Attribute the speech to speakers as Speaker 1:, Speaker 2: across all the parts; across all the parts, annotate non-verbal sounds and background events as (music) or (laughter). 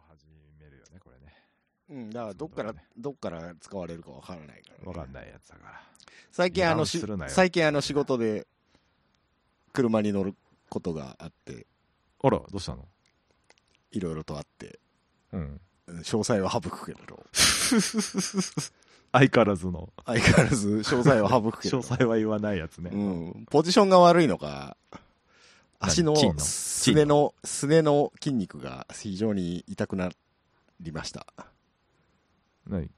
Speaker 1: 始めるよね、これね。
Speaker 2: うん、だからどっから、
Speaker 1: そうだね
Speaker 2: どっから使われるかわからないから、
Speaker 1: わかん
Speaker 2: い。
Speaker 1: ないやつだから。
Speaker 2: 最近あ
Speaker 1: 油
Speaker 2: の
Speaker 1: 断
Speaker 2: し
Speaker 1: するなよ
Speaker 2: 最近あの仕事で車に乗ることがあって、
Speaker 1: あら、どうしたの
Speaker 2: いろいろとあって、
Speaker 1: うん。
Speaker 2: うん詳細は省くけれど、
Speaker 1: 相変わらずの、
Speaker 2: 相変わらず詳細は省くけれど
Speaker 1: 詳、細は言わないやつね。
Speaker 2: うん、ポジションが悪いのか、足の
Speaker 1: 何筋の
Speaker 2: すねの、すねの筋肉が非常に痛くなりました。
Speaker 1: 何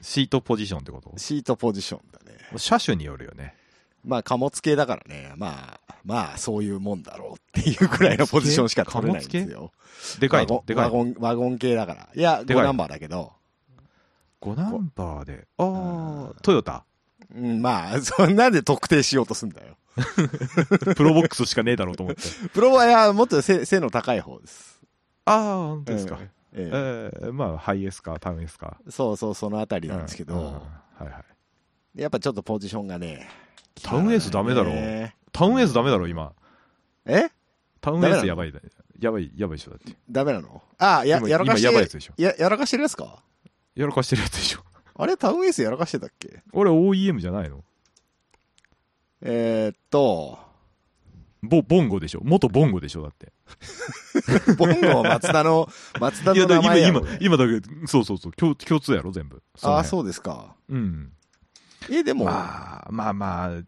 Speaker 1: シートポジションってこと
Speaker 2: シートポジションだね。
Speaker 1: 車種によるよね。
Speaker 2: まあ貨物系だからね、まあ、まあそういうもんだろうっていうくらいのポジションしか取れないんですよ。
Speaker 1: でかい
Speaker 2: ワゴ
Speaker 1: の
Speaker 2: ン
Speaker 1: でかいの
Speaker 2: ワゴン、ワゴン系だから。いや、
Speaker 1: でかいの
Speaker 2: 5ナンバーだけど、
Speaker 1: ?5 ナンバーで。
Speaker 2: ん
Speaker 1: ああ、トヨタ。
Speaker 2: うん、まあ、 (laughs) そんなんで特定しようとすんだよ。
Speaker 1: プロボックスしかねえだろうと
Speaker 2: (laughs)
Speaker 1: 思って。
Speaker 2: プロは、いや、もっと背背の高い方です。
Speaker 1: ああ、本当ですか。
Speaker 2: ええ
Speaker 1: えー、まあ、ハイエースか、タウンエースか。
Speaker 2: そうそう、そのあたり
Speaker 1: う
Speaker 2: なんですけど、
Speaker 1: うんはいはい。
Speaker 2: やっぱちょっとポジションがね、
Speaker 1: タウンエースダメだろ
Speaker 2: ね
Speaker 1: タウンエースダメだろ、今。
Speaker 2: え
Speaker 1: タウンエースやばいだ。やばい、やばいでしょ、だって。
Speaker 2: ダメなのあ、や、
Speaker 1: 今
Speaker 2: やらかし
Speaker 1: 今やばいやつ
Speaker 2: て
Speaker 1: でしょ
Speaker 2: や、やらかしてるやつか
Speaker 1: やらかしてるやつでしょ。
Speaker 2: あれタウンエースやらかしてたっけ
Speaker 1: 俺 OEM じゃないの
Speaker 2: えー、っと、
Speaker 1: ボボンゴでしょ元ボンゴでしょだって。
Speaker 2: ボンゴは松
Speaker 1: (laughs)
Speaker 2: 田の、松田
Speaker 1: いや、
Speaker 2: の
Speaker 1: だ
Speaker 2: 名
Speaker 1: から
Speaker 2: 前やろ
Speaker 1: 今、今、今だけ、そうそうそう、共共通やろ、全部。
Speaker 2: ああ、
Speaker 1: う。
Speaker 2: そうですか。
Speaker 1: うん。
Speaker 2: え、でも、
Speaker 1: まあ、まあま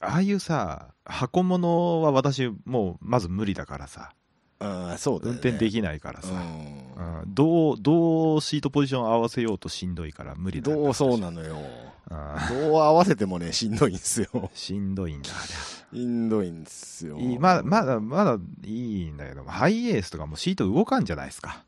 Speaker 1: あ、ああいうさ、箱物は私、もう、まず無理だからさ、
Speaker 2: うん、そうだ
Speaker 1: 運
Speaker 2: よね。
Speaker 1: 転できないからさ、
Speaker 2: うん
Speaker 1: うんどう、どうシートポジション合わせようとしんどいから無理だ
Speaker 2: どうそう
Speaker 1: の
Speaker 2: なのよ。どう合わせてもね、しんどいん
Speaker 1: (laughs)
Speaker 2: すよ。 (laughs)
Speaker 1: しんどいんだ。
Speaker 2: しんどいんですよ。
Speaker 1: いいまだ、まだ、まだいいんだけど、ハイエースとかもシート動かんじゃないですか。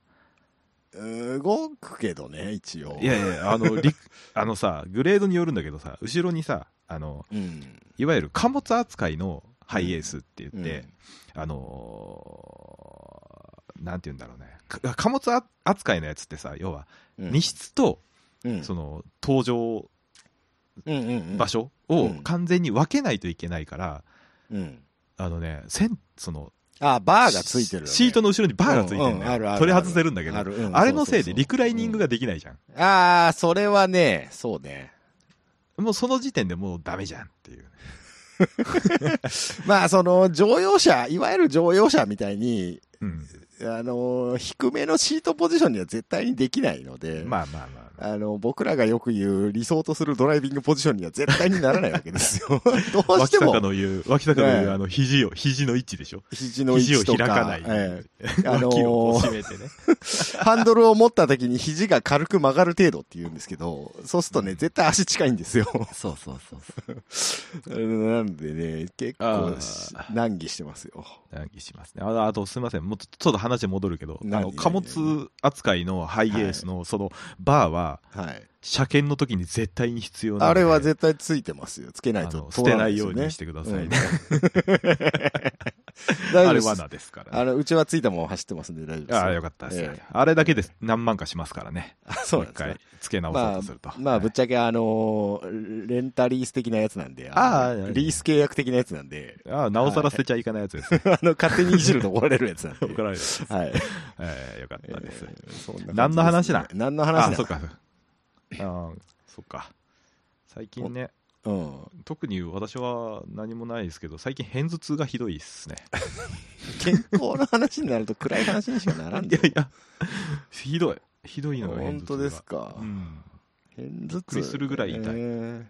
Speaker 2: 動くけどね、一応。
Speaker 1: いやいや、あの、り (laughs) あのさ、グレードによるんだけどさ、後ろにさ、あの、
Speaker 2: うん。
Speaker 1: いわゆる貨物扱いのハイエースって言って、あのーなんて言うんだろうね、か貨物あ扱いのやつってさ、要は、
Speaker 2: うん、
Speaker 1: 荷室と、
Speaker 2: うん、
Speaker 1: その、搭乗
Speaker 2: うんうんうん、
Speaker 1: 場所を
Speaker 2: うん
Speaker 1: 完全に分けないといけないから、
Speaker 2: うん。
Speaker 1: あのね、せんその、
Speaker 2: あ、バーがついてるよね、
Speaker 1: シシートの後ろにバーがついてる
Speaker 2: うんん
Speaker 1: だ
Speaker 2: うん
Speaker 1: よ
Speaker 2: あるある
Speaker 1: 取り外せるんだけど、
Speaker 2: あ
Speaker 1: あ
Speaker 2: るうん
Speaker 1: れのせい
Speaker 2: そうそうそ
Speaker 1: で
Speaker 2: う
Speaker 1: リクライニングができないじゃん。
Speaker 2: ああ、それはね、そうね。
Speaker 1: もうその時点でもうダメじゃんっていう。
Speaker 2: まあ、その、乗用車、いわゆる乗用車みたいに、
Speaker 1: うん。
Speaker 2: あのー低めのシートポジションには絶対にできないので、
Speaker 1: まあまあまあまあ。
Speaker 2: あの、僕らがよく言う理想とするドライビングポジションには絶対にならないわけです
Speaker 1: (laughs)
Speaker 2: よ。どうし
Speaker 1: 脇
Speaker 2: ても
Speaker 1: 坂。の言う、脇坂の言
Speaker 2: ええ
Speaker 1: う、あの、肘を、肘の位置でしょ。
Speaker 2: 肘の位置とか。
Speaker 1: 肘を開かない
Speaker 2: ええあの
Speaker 1: 脇
Speaker 2: ー
Speaker 1: をこう締めて (laughs) ね。
Speaker 2: ハンドルを持った時に肘が軽く曲がる程度って言うんですけど、そうするとね、絶対足近いんですよ。
Speaker 1: そうそうそうそう。
Speaker 2: うん (laughs) なんでね、結構し
Speaker 1: あ
Speaker 2: 難儀してますよ。
Speaker 1: 難儀しますね。ああと、すみません。もうちょちょっと話戻るけど、あ
Speaker 2: 何
Speaker 1: の、貨物扱いのハイエースの、その、バーは、
Speaker 2: はい。
Speaker 1: 車検の時に絶対に必要なの
Speaker 2: あ
Speaker 1: で
Speaker 2: れは絶対ついてますよ。つけない
Speaker 1: あ
Speaker 2: と
Speaker 1: の
Speaker 2: 通
Speaker 1: 捨て
Speaker 2: ら
Speaker 1: ない
Speaker 2: です
Speaker 1: よう
Speaker 2: ね
Speaker 1: にしてくださいね。。 (laughs)
Speaker 2: うん大
Speaker 1: あれ
Speaker 2: 丈夫です。
Speaker 1: 罠ですから
Speaker 2: あ
Speaker 1: ね。
Speaker 2: の、うちはついたまま走ってますんで大丈夫です。
Speaker 1: ああ、よかったです、
Speaker 2: ええ
Speaker 1: あれだけで何万かしますからね。 (laughs)
Speaker 2: あそう
Speaker 1: もう
Speaker 2: なん
Speaker 1: 一
Speaker 2: ですね
Speaker 1: 回、付け直そうとすると。
Speaker 2: まあ、ぶ
Speaker 1: は
Speaker 2: っ
Speaker 1: い
Speaker 2: ちゃけ、あのーレンタリース的なやつなんで、
Speaker 1: あー
Speaker 2: の
Speaker 1: はい
Speaker 2: リース契約的なやつなんで、 (laughs)
Speaker 1: ああ、なおさら捨てちゃいかないやつですね。
Speaker 2: あの、勝手にいじると怒られるやつなん
Speaker 1: (laughs)
Speaker 2: で。
Speaker 1: 怒られるやつ。
Speaker 2: はい。
Speaker 1: ええよかったです。
Speaker 2: えーそんな感じです
Speaker 1: 何の話だ
Speaker 2: 何の
Speaker 1: あ
Speaker 2: 話
Speaker 1: あ、
Speaker 2: だ
Speaker 1: そっか。ああ、そっか。最近ね、
Speaker 2: うん。
Speaker 1: 特に私は何もないですけど、最近偏頭痛がひどいっすね。
Speaker 2: 健康の話になると暗い話にしかなら
Speaker 1: (laughs)
Speaker 2: ん
Speaker 1: い
Speaker 2: で
Speaker 1: やいや、ひどい。ひどいのが偏頭
Speaker 2: 本
Speaker 1: 痛
Speaker 2: 当
Speaker 1: が
Speaker 2: ですか
Speaker 1: う。ん。
Speaker 2: 偏
Speaker 1: び
Speaker 2: 頭
Speaker 1: っく
Speaker 2: 痛。
Speaker 1: りするぐらい痛い
Speaker 2: い。う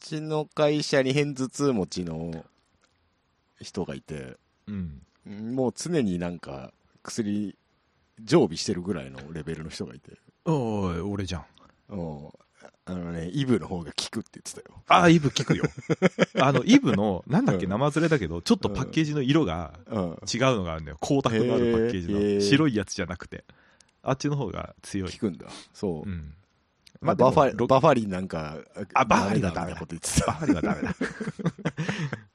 Speaker 2: ちの会社に偏頭痛持ちの人がいて、
Speaker 1: うん。
Speaker 2: もう常になんか薬常備してるぐらいのレベルの人がいて。
Speaker 1: おい、俺じゃん。
Speaker 2: うんあのね、イブの方が効くって言ってたよ。
Speaker 1: ああ、イブ聞くよ。あの、イブの、なんだっけ、
Speaker 2: うん
Speaker 1: 生ずれだけど、ちょっとパッケージの色が
Speaker 2: うん。
Speaker 1: 違うのがあるんだよ。光沢のあるパッケージ
Speaker 2: へーへー
Speaker 1: の。白いやつじゃなくて。あっちの方が強
Speaker 2: 効
Speaker 1: い。
Speaker 2: くんだ。そう
Speaker 1: う。ん。
Speaker 2: まあ、
Speaker 1: でも
Speaker 2: バファリ、
Speaker 1: ろ
Speaker 2: バファリンなんか、
Speaker 1: あバファリンは
Speaker 2: ダ
Speaker 1: ダメだ
Speaker 2: メだみたいなこと言ってた。
Speaker 1: バリはダメだ。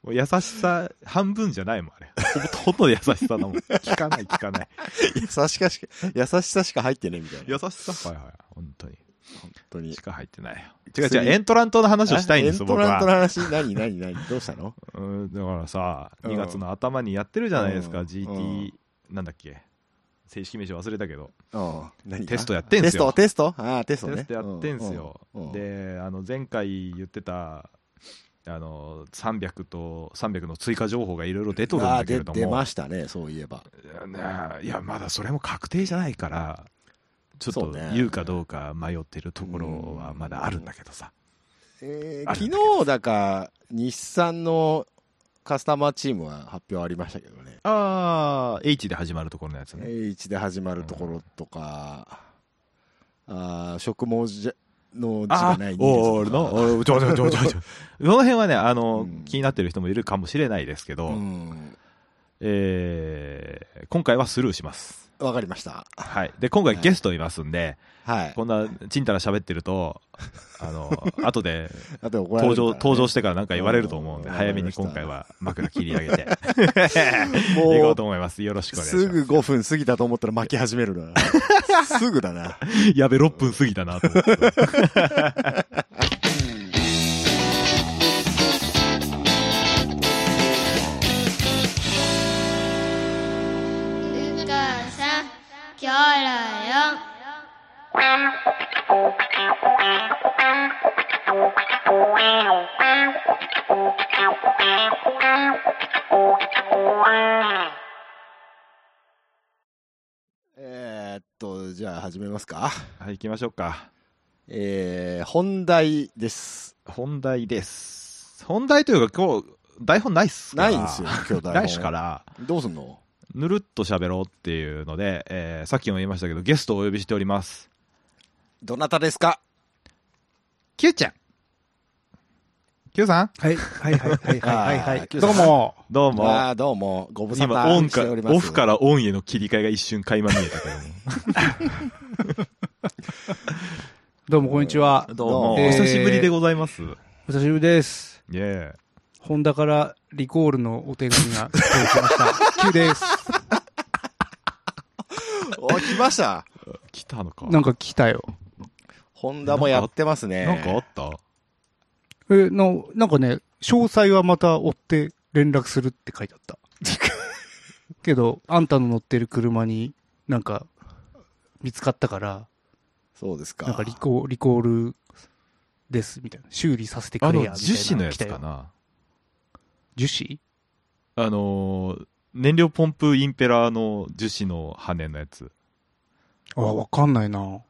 Speaker 1: (laughs) もう優しさ半分じゃないもん、あれ。ほぼほとんど優しさだもん。聞かない、聞かない。
Speaker 2: 優しさしか、優しさしか入ってねえみたいな。
Speaker 1: 優しさはいはい。本当に。
Speaker 2: 本当に
Speaker 1: し。か入ってないよ。違う
Speaker 2: 薬
Speaker 1: 違う、エントラントの話をしたいんです、
Speaker 2: エント
Speaker 1: 僕
Speaker 2: ラントの
Speaker 1: は。
Speaker 2: 話、何、何、何、どうしたの
Speaker 1: うん、だからさ、
Speaker 2: うん
Speaker 1: 2月の頭にやってるじゃないです
Speaker 2: う
Speaker 1: か、
Speaker 2: ん
Speaker 1: GT、なんだっけ。正式名称忘れたけど、
Speaker 2: うん何が
Speaker 1: テストやってんすよ。
Speaker 2: テストテストああ、テストね。
Speaker 1: テストやってんすよ
Speaker 2: うんうん。
Speaker 1: で、あの前回言ってた、あの300と300の追加情報がいろいろ出とるん
Speaker 2: ああ
Speaker 1: だけ
Speaker 2: で
Speaker 1: れど
Speaker 2: 出
Speaker 1: も
Speaker 2: ま、したね、そういえば。
Speaker 1: ねいや、まだそれも確定じゃないから、ちょっ
Speaker 2: そう
Speaker 1: と
Speaker 2: ね
Speaker 1: 言うかどうか迷ってるところはまだあるんだけどさ、
Speaker 2: えー
Speaker 1: あるんだけど
Speaker 2: 昨日だか、日産のカスタマーチームは発表ありましたけどね。
Speaker 1: ああ、H で始まるところのやつね、
Speaker 2: H で始まるところとか、あー植毛じゃの字がない人
Speaker 1: おーおー
Speaker 2: 間と
Speaker 1: の
Speaker 2: か
Speaker 1: おーちょちょちょちょちょその辺はねあの、
Speaker 2: うん
Speaker 1: 気になってる人もいるかもしれないですけど、
Speaker 2: うん
Speaker 1: えー今回はスルーします、
Speaker 2: わかりました。
Speaker 1: はい、で今回
Speaker 2: はい
Speaker 1: ゲストいますんで、
Speaker 2: はい。
Speaker 1: こんなちんたら喋ってるとあの後で
Speaker 2: あと怒られ
Speaker 1: 登場
Speaker 2: るからね
Speaker 1: 登場してからなんか言われると思うんで
Speaker 2: うん
Speaker 1: 早めに今回は枕切り上げて
Speaker 2: もう
Speaker 1: いこうと思いますよろしくお願いします
Speaker 2: すぐ5分過ぎたと思ったら巻き始める
Speaker 1: (laughs)
Speaker 2: な。すぐだな。
Speaker 1: やべ6分過ぎたなと思って
Speaker 3: ルカさん、キョロよ。
Speaker 2: えーっと、じゃあ始めますか。
Speaker 1: はい行きましょうか
Speaker 2: えー、本題です。
Speaker 1: 本題です本題というか今日台本ないっすから
Speaker 2: ないんですよ、今日台本
Speaker 1: 来週から
Speaker 2: どうすんの
Speaker 1: ぬるっと喋ろうっていうので、えーさっきも言いましたけどゲストをお呼びしております
Speaker 2: どなたですか
Speaker 1: Q ちゃん Q さん
Speaker 4: はい、はい、はい、はい、はい、
Speaker 2: あ
Speaker 4: は
Speaker 2: ー
Speaker 4: い。どうも。
Speaker 1: (laughs) どうも
Speaker 2: ああ、どうも、ご無沙
Speaker 1: 今オン
Speaker 2: 汰し
Speaker 1: か
Speaker 2: ております。
Speaker 1: オフからオンへの切り替えが一瞬垣間見えたけども
Speaker 4: どうも、こんにちは。
Speaker 2: どうも
Speaker 1: お
Speaker 4: えー
Speaker 1: 久しぶりでございますね
Speaker 4: お久しぶりです。
Speaker 1: え
Speaker 4: ホンダからリコールのお手紙が届きました。 (laughs) 急です。
Speaker 2: お、来ました。
Speaker 1: 来たのか
Speaker 4: なんか来たよ。
Speaker 2: ホンダもやってますね。
Speaker 1: なんかあった
Speaker 4: え、の、なんかね、詳細はまた追って連絡するって書いて
Speaker 1: (laughs)
Speaker 4: あった。けど、あんたの乗ってる車になんか見つかったから、
Speaker 2: そうですか。
Speaker 4: なんかリコリコールです、みたいな。修理させてく
Speaker 1: あ
Speaker 4: れ
Speaker 1: の
Speaker 4: や、みたいな。
Speaker 1: 樹脂のやつ
Speaker 4: 来
Speaker 1: か
Speaker 4: たよ。
Speaker 1: な
Speaker 4: 樹脂
Speaker 1: あのー燃料ポンプインペラーの樹脂の羽のやつ
Speaker 4: あ、わかんないな。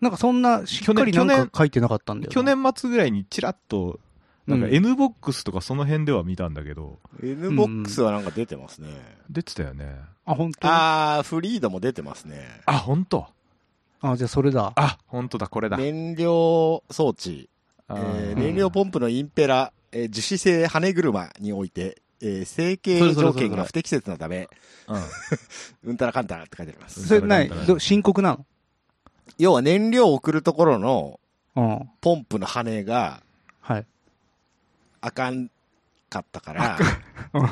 Speaker 4: なんかそんな、しっかり
Speaker 1: 去
Speaker 4: な
Speaker 1: 年
Speaker 4: んか書いてなかったんだよな。
Speaker 1: 去年末ぐらいにちらっとなんか
Speaker 4: うん
Speaker 1: N ボックスとかその辺では見たんだけど
Speaker 2: N ボックスはなんか出てますね。
Speaker 1: 出てたよね
Speaker 4: あ、本当あ
Speaker 2: ああ、フリードも出てますね。
Speaker 1: あ本当
Speaker 4: あ、じゃあそれだ。
Speaker 1: あ本当だこれだ、
Speaker 2: 燃料装置、え
Speaker 1: あー
Speaker 2: ー燃料ポンプのインペラ、えー樹脂製羽車において、えー成形条件が不適切なため、
Speaker 1: うん
Speaker 2: うんたらかんたらって書いてあります。
Speaker 4: それない、
Speaker 1: うん
Speaker 4: ど深刻な
Speaker 2: 要は燃料を送るところの
Speaker 4: のうん。
Speaker 2: ポンプの羽が
Speaker 4: はい。
Speaker 2: あかんかったから
Speaker 4: うん、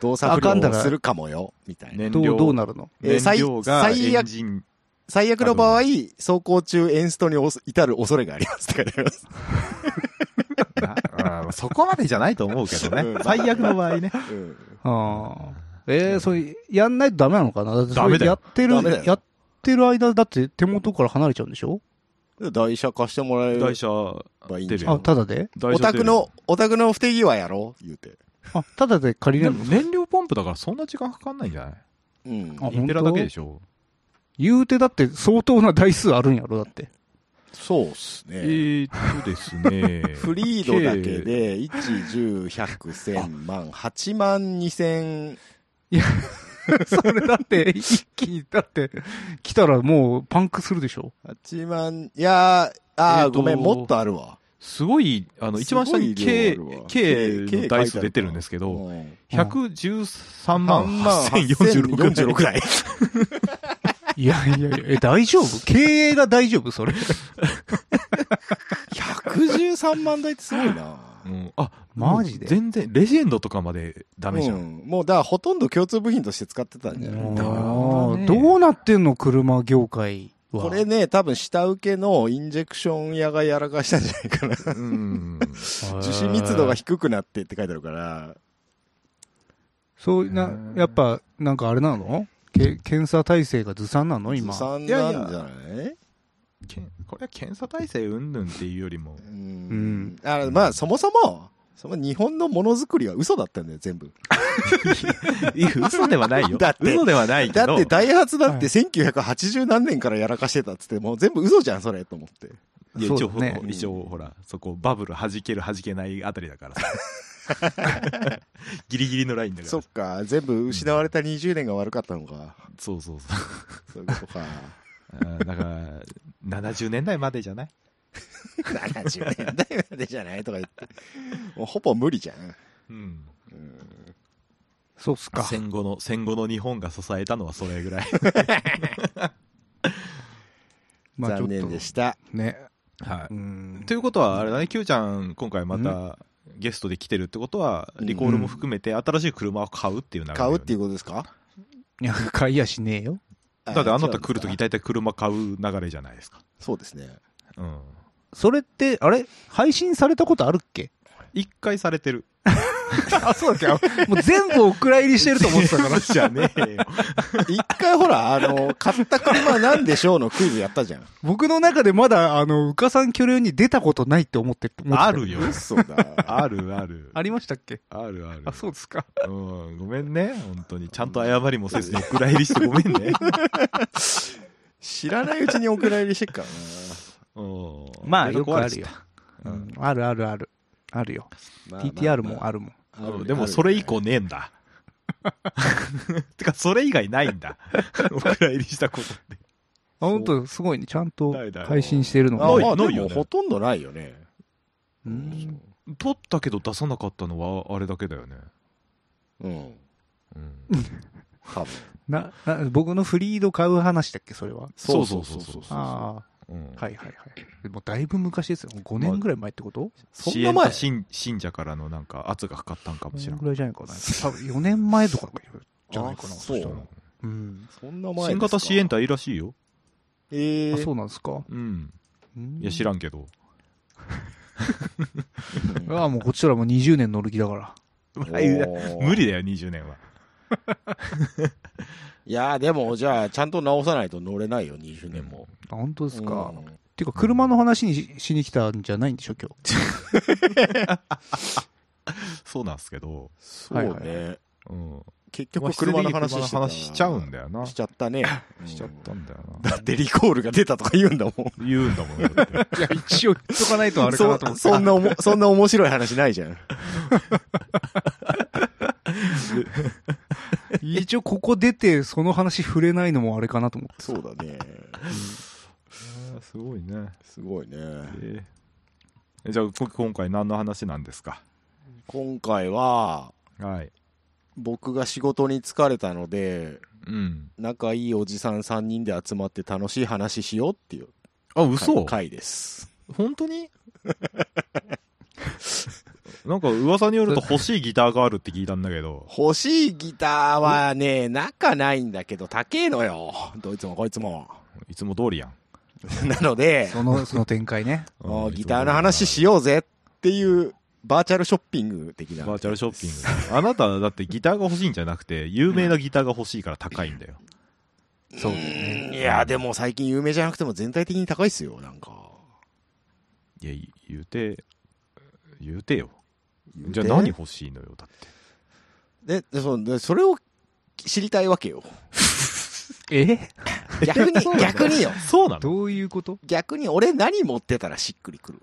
Speaker 2: 動作不良をするかもよ、みたい
Speaker 1: 燃
Speaker 2: な。
Speaker 4: (laughs) ど
Speaker 1: 料
Speaker 4: う、どうなるの
Speaker 2: えー
Speaker 1: 燃
Speaker 2: 最
Speaker 1: 料が
Speaker 2: 最
Speaker 1: エ
Speaker 2: 悪
Speaker 1: ンジン
Speaker 2: 最悪の場合、走行中エンストにおそ至る恐れがありますって書いてあります。
Speaker 1: なあーそこまでじゃないと思うけど
Speaker 2: う
Speaker 1: ね
Speaker 2: ん
Speaker 1: 最悪の場合
Speaker 2: (laughs)
Speaker 1: ね
Speaker 2: うん
Speaker 4: ああ。えー、それ、やんないとダメなのかなだってそれ
Speaker 1: ダメだよ
Speaker 4: やってる
Speaker 2: ダメだよ、
Speaker 4: やってる間、だって手元から離れちゃうんでしょ
Speaker 2: 台車貸してもらえ
Speaker 1: 台
Speaker 2: る。
Speaker 1: 車
Speaker 2: いいんじ
Speaker 1: 出
Speaker 2: ゃん
Speaker 1: る
Speaker 4: あ、
Speaker 1: よ
Speaker 4: ただで
Speaker 1: 台
Speaker 2: お
Speaker 1: 車出
Speaker 2: 宅
Speaker 1: るよ
Speaker 2: の、お宅の不手際やろ言うて。
Speaker 4: あ、ただで借り
Speaker 1: で
Speaker 4: れる
Speaker 1: も
Speaker 4: の
Speaker 1: 燃料ポンプだからそんな時間かかんないんじゃない
Speaker 2: うん。
Speaker 4: あ
Speaker 1: インペラだけでしょ
Speaker 4: 言うてだって相当な台数あるんやろだって。
Speaker 2: そうっす
Speaker 1: え
Speaker 2: ね。
Speaker 1: ーっとですね
Speaker 2: (laughs) フリードだけで、1、10、100、1000万、8万2000、
Speaker 4: それだって、一気に、だって、来たらもうパンクするでしょ
Speaker 2: 8万、いやー、あ
Speaker 1: え
Speaker 2: ー、
Speaker 1: ーと
Speaker 2: ごめん、もっとあるわ。
Speaker 1: すごい、あの、一番下に
Speaker 2: すごい
Speaker 1: K
Speaker 2: 量あるわ、
Speaker 1: K の台数出てるんですけど、
Speaker 2: うん
Speaker 1: 113
Speaker 2: 3
Speaker 1: 万8046
Speaker 2: 8046
Speaker 1: ぐらい。
Speaker 2: らい。
Speaker 4: いやいやいや、え、大丈 (laughs) 夫経営が大丈夫それ。
Speaker 2: 113万台ってすごいな。
Speaker 1: うん、あ、
Speaker 4: マジ
Speaker 1: も
Speaker 4: で
Speaker 1: う全然、レジェンドとかまでダメじゃん。
Speaker 2: うんもう、だからほとんど共通部品として使ってたんじゃな
Speaker 1: な
Speaker 2: い
Speaker 1: る
Speaker 4: ど
Speaker 1: ほどね
Speaker 4: うなってんの車業界は。
Speaker 2: これね、多分下請けのインジェクション屋がやらかしたんじゃないかな。
Speaker 1: うん。
Speaker 4: 樹
Speaker 2: 樹脂密度が低くなってって書いてあるから、
Speaker 4: そう、な、やっぱ、なんかあれなのけ検査体制がずさんなの今
Speaker 2: ず。さん
Speaker 1: いや
Speaker 2: ない
Speaker 1: や
Speaker 2: んじゃない
Speaker 1: けんこれは検査体制云々っていうよりも
Speaker 2: うん。あまあ、そもそも、その日本のものづくりは嘘だったんだよ、全部。
Speaker 1: いや嘘ではない (laughs) よ
Speaker 2: だって
Speaker 1: 嘘ではないけど
Speaker 2: だって、ダイハツだって
Speaker 4: はい
Speaker 2: 1980何年からやらかしてたっつって、もう全部嘘じゃん、それ、と思って。
Speaker 1: いや一
Speaker 4: そ
Speaker 1: 応
Speaker 4: うだね
Speaker 1: 一応ほらそこバブル弾ける弾けないあたりだからさ (laughs) ギリギリのラインだから
Speaker 2: そっか、全部失われた20年が悪かったのか。
Speaker 1: そうそうそう
Speaker 2: そういうことか。
Speaker 1: あーだから70年代までじゃない
Speaker 2: 70年代までじゃないとか言って。もうほぼ無理じゃん。
Speaker 1: うん
Speaker 4: そうっすか。
Speaker 1: 戦後の戦後の日本が支えたのはそれぐらい
Speaker 4: まあちょ
Speaker 2: 残
Speaker 4: っと
Speaker 2: 念でした。
Speaker 4: ね。
Speaker 1: (laughs) は
Speaker 4: う
Speaker 1: い
Speaker 4: ん
Speaker 1: と。いうことはあれだね Q ちゃん今回またゲストで来てるってことはリコールも含めて新しい車を買うっていう流れだよ
Speaker 2: 買
Speaker 1: ね
Speaker 2: うっていうことですか
Speaker 4: いや、買いやしねえよ。
Speaker 1: だってあなた来ると
Speaker 2: 違うん
Speaker 1: き
Speaker 2: ですか
Speaker 1: 大体車買う流れじゃないですか
Speaker 2: そうですね。
Speaker 1: うん
Speaker 4: それって、あれ配信されたことあるっ (laughs) け
Speaker 1: 一回されてる
Speaker 4: あ、 (laughs) そうだっけもう全部お蔵入りしてると思って (laughs) たから。
Speaker 1: じゃねえよ
Speaker 2: 一回ほら、あの、買った車なんでしょうのクイズやったじゃん。
Speaker 4: 僕の中でまだ、あの、うかさん巨量に出たことないって思ってる。思ってた
Speaker 1: あるよ
Speaker 2: 嘘だ。
Speaker 1: あるある
Speaker 4: ありましたっけ
Speaker 1: あるある
Speaker 4: あ、そうですか。
Speaker 1: うんごめんね本当にちゃんと謝りもせずにお蔵入りしてごめんね
Speaker 4: (laughs)
Speaker 2: 知らないうちにお蔵入りしてっから
Speaker 4: (laughs)
Speaker 1: うん
Speaker 4: まあ、よくあるよ。
Speaker 1: う
Speaker 4: うんんあるあるある。あるよ。
Speaker 2: な。
Speaker 4: TTR も
Speaker 2: る。
Speaker 4: あるもん。
Speaker 2: ある
Speaker 1: でもそれ以降ねえんだ。 (laughs) てか、それ以外ないん (laughs) だ。お蔵入りしたことって。
Speaker 4: あ、本当すごいね。ちゃんと
Speaker 1: ないない
Speaker 4: 配信してるの
Speaker 2: あ、
Speaker 1: ない
Speaker 2: ま
Speaker 4: が。
Speaker 2: あで
Speaker 1: ないよ
Speaker 2: も
Speaker 1: ね
Speaker 2: ほとんどないよね。
Speaker 4: うん
Speaker 1: 取ったけど出さなかったのはあれだけだよね。
Speaker 2: うん。
Speaker 1: うん
Speaker 2: 多分。
Speaker 4: な、な僕のフリード買う話だっけそれは。
Speaker 1: そうそうそうそう
Speaker 4: あ
Speaker 1: うん
Speaker 4: あ、はいはいはい。もうだいぶ昔ですよ。5年ぐらい前ってこと
Speaker 2: そ
Speaker 1: 支
Speaker 2: んな
Speaker 1: 援
Speaker 2: 前
Speaker 1: と信信者からのなんか圧がかかったんかもし
Speaker 4: そ
Speaker 1: れ
Speaker 4: の
Speaker 1: ん
Speaker 4: ぐらいじゃないかな。多分4年前とかじゃないかな。
Speaker 2: あそう
Speaker 4: したら
Speaker 1: うん
Speaker 4: うん。
Speaker 2: そんな前ですか
Speaker 1: 新型支援隊いいらしいよ。
Speaker 2: ええ
Speaker 4: あ、そうなんですか。
Speaker 1: うん。
Speaker 4: うん
Speaker 1: いや、知らんけど。
Speaker 4: うわ、もうこっちらもう20年乗る気だから。
Speaker 1: 無理だよ、20年は。
Speaker 2: いやーでもじゃあちゃんと直さないと乗れないよ20年も、
Speaker 4: あ本当ですか。
Speaker 2: うん
Speaker 4: てか、車の話にししに来たんじゃないんでしょ、今日。
Speaker 1: そうなんすけど。
Speaker 2: そうね、
Speaker 4: はいは
Speaker 1: うん。
Speaker 2: 結局車の話
Speaker 1: まあ
Speaker 2: してた
Speaker 1: 車の話しちゃうんだよな。
Speaker 2: し
Speaker 1: し
Speaker 2: ちゃった (laughs) ね
Speaker 1: ちゃったんだよな。
Speaker 2: だってリコールが出たとか言うんだもん
Speaker 1: 言うんだもんね。 (laughs) だって
Speaker 4: (laughs) いや、一応言っとかないとあれかなと思って。
Speaker 2: そそんなおも (laughs) そんな面白い話ないじゃん
Speaker 4: 一応ここ出て、その話触れないのもあれかなと思って。
Speaker 2: そうだね
Speaker 1: すごいね。
Speaker 2: すごいね
Speaker 1: えーじゃあこ今回何の話なんですか
Speaker 2: 今回は
Speaker 1: はい
Speaker 2: 僕が仕事に疲れたので
Speaker 1: うん
Speaker 2: 仲いいおじさん3人で集まって楽しい話しようっていう
Speaker 1: あ
Speaker 2: 回
Speaker 1: 嘘
Speaker 2: 回です
Speaker 1: 本当に (laughs) なんか噂によると欲しいギターがあるって聞いたんだけど
Speaker 2: 欲しいギターはね、なかないんだけど、高えのよ。どいつもこいつ (laughs) も。
Speaker 1: いつも通りやん
Speaker 2: なので、
Speaker 4: その、 (laughs) その展開ね。
Speaker 2: もうギターの話しようぜっていう、バーチャルショッピング的な。
Speaker 1: バーチャルショッピングあなたはだってギターが欲しいんじゃなくて有名なギターが欲しいから高いんだよ
Speaker 4: そうですね。
Speaker 2: いや、でも最近有名じゃなくても全体的に高いっすよ、なんか。
Speaker 1: いやい言うて言うてよ
Speaker 2: 言う
Speaker 1: じ
Speaker 2: て
Speaker 1: ゃあ何欲しいのよだって
Speaker 2: ででそでそれを知りたいわけよ。
Speaker 4: え
Speaker 2: 逆 (laughs) に、逆によ。
Speaker 1: そうなの
Speaker 4: どういうこと
Speaker 2: 逆に俺何持ってたらしっくりくる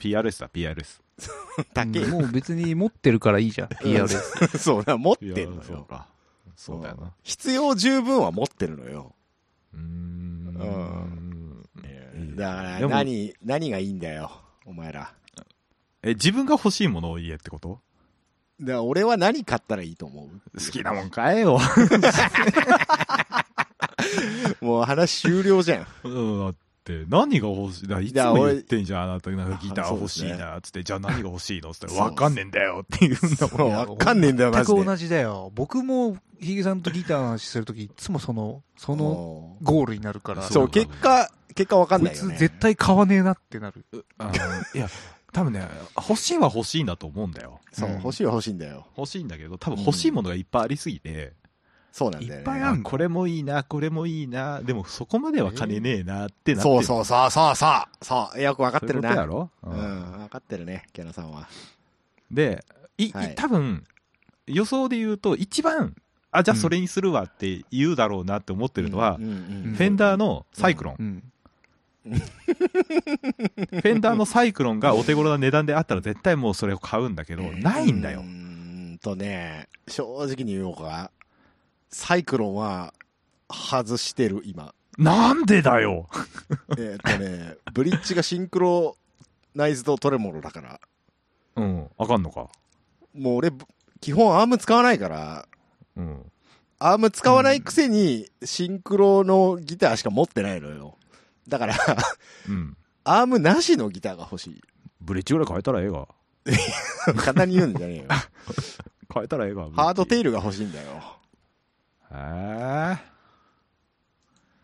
Speaker 1: PRS だ PRS
Speaker 2: 高え
Speaker 4: うん
Speaker 2: よ。
Speaker 4: もう別に持ってるからいいじゃん、PRS。
Speaker 2: (laughs) そうな、持っ
Speaker 1: い
Speaker 2: て
Speaker 1: や
Speaker 2: るの
Speaker 1: そう
Speaker 2: よ。
Speaker 1: かそうだよな
Speaker 2: 必要十分は持ってるのよ。
Speaker 1: うーん
Speaker 2: だか
Speaker 1: で
Speaker 2: ら
Speaker 1: も
Speaker 2: 何、何がいいんだよ、お前ら。だか
Speaker 1: え自分が欲しいものを言えってこと
Speaker 2: ら俺は何買ったらいいと思
Speaker 1: 好きなもん買えよ
Speaker 2: うもう話終
Speaker 1: (laughs)
Speaker 2: 了じゃん。
Speaker 1: うんだって何が欲しいだいつも言ってんじゃんあなたなんかギター欲しいなっつって、じゃあ何が欲しいのっつ (laughs) って
Speaker 2: そう
Speaker 1: 分かんねえんだよって言うんだもん
Speaker 2: もうわかんねえんだよ、マ
Speaker 4: 全
Speaker 2: ジ
Speaker 4: く
Speaker 2: で。
Speaker 4: 同じだよ。僕もヒゲさんとギターの話するとき、いつもその、その
Speaker 2: も
Speaker 4: ゴールになるから、
Speaker 2: う
Speaker 1: そ
Speaker 2: そうう、結果、結果わかん
Speaker 4: こ
Speaker 2: ないい
Speaker 4: つ
Speaker 2: よ、ね。
Speaker 4: 絶対買わねえなってなる。
Speaker 1: あのいや多分ね欲しいは欲しいんだと思うんだよ
Speaker 2: そうう、
Speaker 4: ん
Speaker 2: 欲しいは欲しいんだよ。
Speaker 1: 欲しいんだけど多分欲しいものがいっぱいありすぎて、
Speaker 2: そうなん
Speaker 1: い
Speaker 2: だよね。
Speaker 1: っぱいあんこれもいいな、これもいいな、でもそこまでは金ねえなってなって
Speaker 2: そう
Speaker 1: う、
Speaker 2: そうそうそうそう。そう。よくわかってる
Speaker 1: そうい
Speaker 2: な。
Speaker 1: うことや
Speaker 2: う
Speaker 1: ろ、うん
Speaker 2: ん、わかってるね、キャナさんは。
Speaker 1: で、い、い
Speaker 2: はい
Speaker 1: 多分予想で言うと、一番、あ、じゃあそれにするわって言うだろうなって思ってるのは、
Speaker 2: うんうんうん
Speaker 1: フェンダーのサイクロン、
Speaker 4: うん。
Speaker 1: フェンダーのサイクロンがお手頃な値段であったら絶対もうそれを買うんだけど、ないんだよ
Speaker 2: うー。んとね、正直に言おうか。サイクロンは外してる、
Speaker 1: (laughs)
Speaker 2: 今。
Speaker 1: なんでだよ
Speaker 2: えーっとね、ブリッジがシンクロナイズドトレモロだから。
Speaker 1: うん、あかんのか。
Speaker 2: もう俺、基本アーム使わないから、
Speaker 1: うん。
Speaker 2: アーム使わないくせに、シンクロのギターしか持ってないのよ。だから、
Speaker 1: うん。
Speaker 2: アームなしのギターが欲しい。 (laughs)
Speaker 1: ブリッジぐらい変えたらええが。
Speaker 2: 簡単に言うんじゃねえよ。
Speaker 1: 変えたらええが。
Speaker 2: ハードテ
Speaker 1: イ
Speaker 2: イルが欲しいんだよ。
Speaker 1: へえ。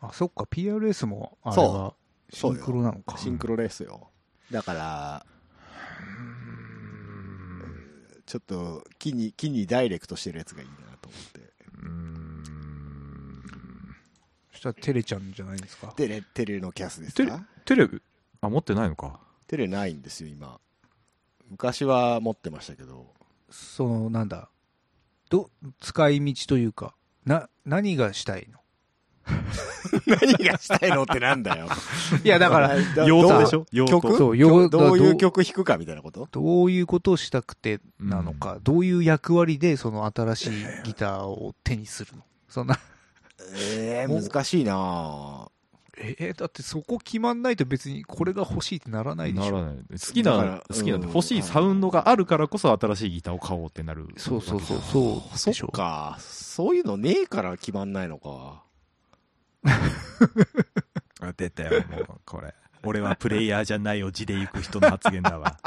Speaker 4: あ、そっか、PRS も、あれは
Speaker 2: そ、
Speaker 4: シンクロなのか。
Speaker 2: シンクロレースよ。だから、ちょっと、木に、木にダイレクトしてるやつがいいなと思って。
Speaker 4: そしたらテレちゃんじゃないですか。
Speaker 2: テレ、テレのキャスです
Speaker 1: テレ
Speaker 2: か、
Speaker 1: テレビ、あ、持ってないのか。
Speaker 2: テレないんですよ、今。昔は持ってましたけど。
Speaker 4: その、なんだ、ど、使い道というか、な、何がしたいの
Speaker 2: (laughs) 何がしたいのってなん (laughs) だよ。
Speaker 4: (laughs) いや、
Speaker 2: (laughs)
Speaker 4: だから、
Speaker 2: ら
Speaker 1: 用途でしょ用途。
Speaker 2: 曲
Speaker 4: そ
Speaker 2: ど
Speaker 4: う用
Speaker 2: うどういう
Speaker 4: どう
Speaker 2: 曲弾くかみたいなこと
Speaker 4: どういうことをしたくてなのか、どういう役割でその新しいギターを手にするのそんな、
Speaker 2: ええ難しいな
Speaker 4: えーだってそこ決まんないと別にこれが欲しいってならないでし
Speaker 1: な
Speaker 4: ょ。
Speaker 1: らない。好き
Speaker 2: だか
Speaker 1: な
Speaker 2: ら、
Speaker 1: 好きな、
Speaker 2: うん
Speaker 1: 欲しいサウンドがあるからこそ新しいギターを買おうってなる。
Speaker 4: そうそうそう、 (laughs) そう
Speaker 2: そ
Speaker 4: でしょ
Speaker 2: っ。か。そういうのねえから決まんないのか。
Speaker 1: あ出たよ、もう、これ。俺は (laughs) プレイヤーじゃないを字で行く人の発言だわ。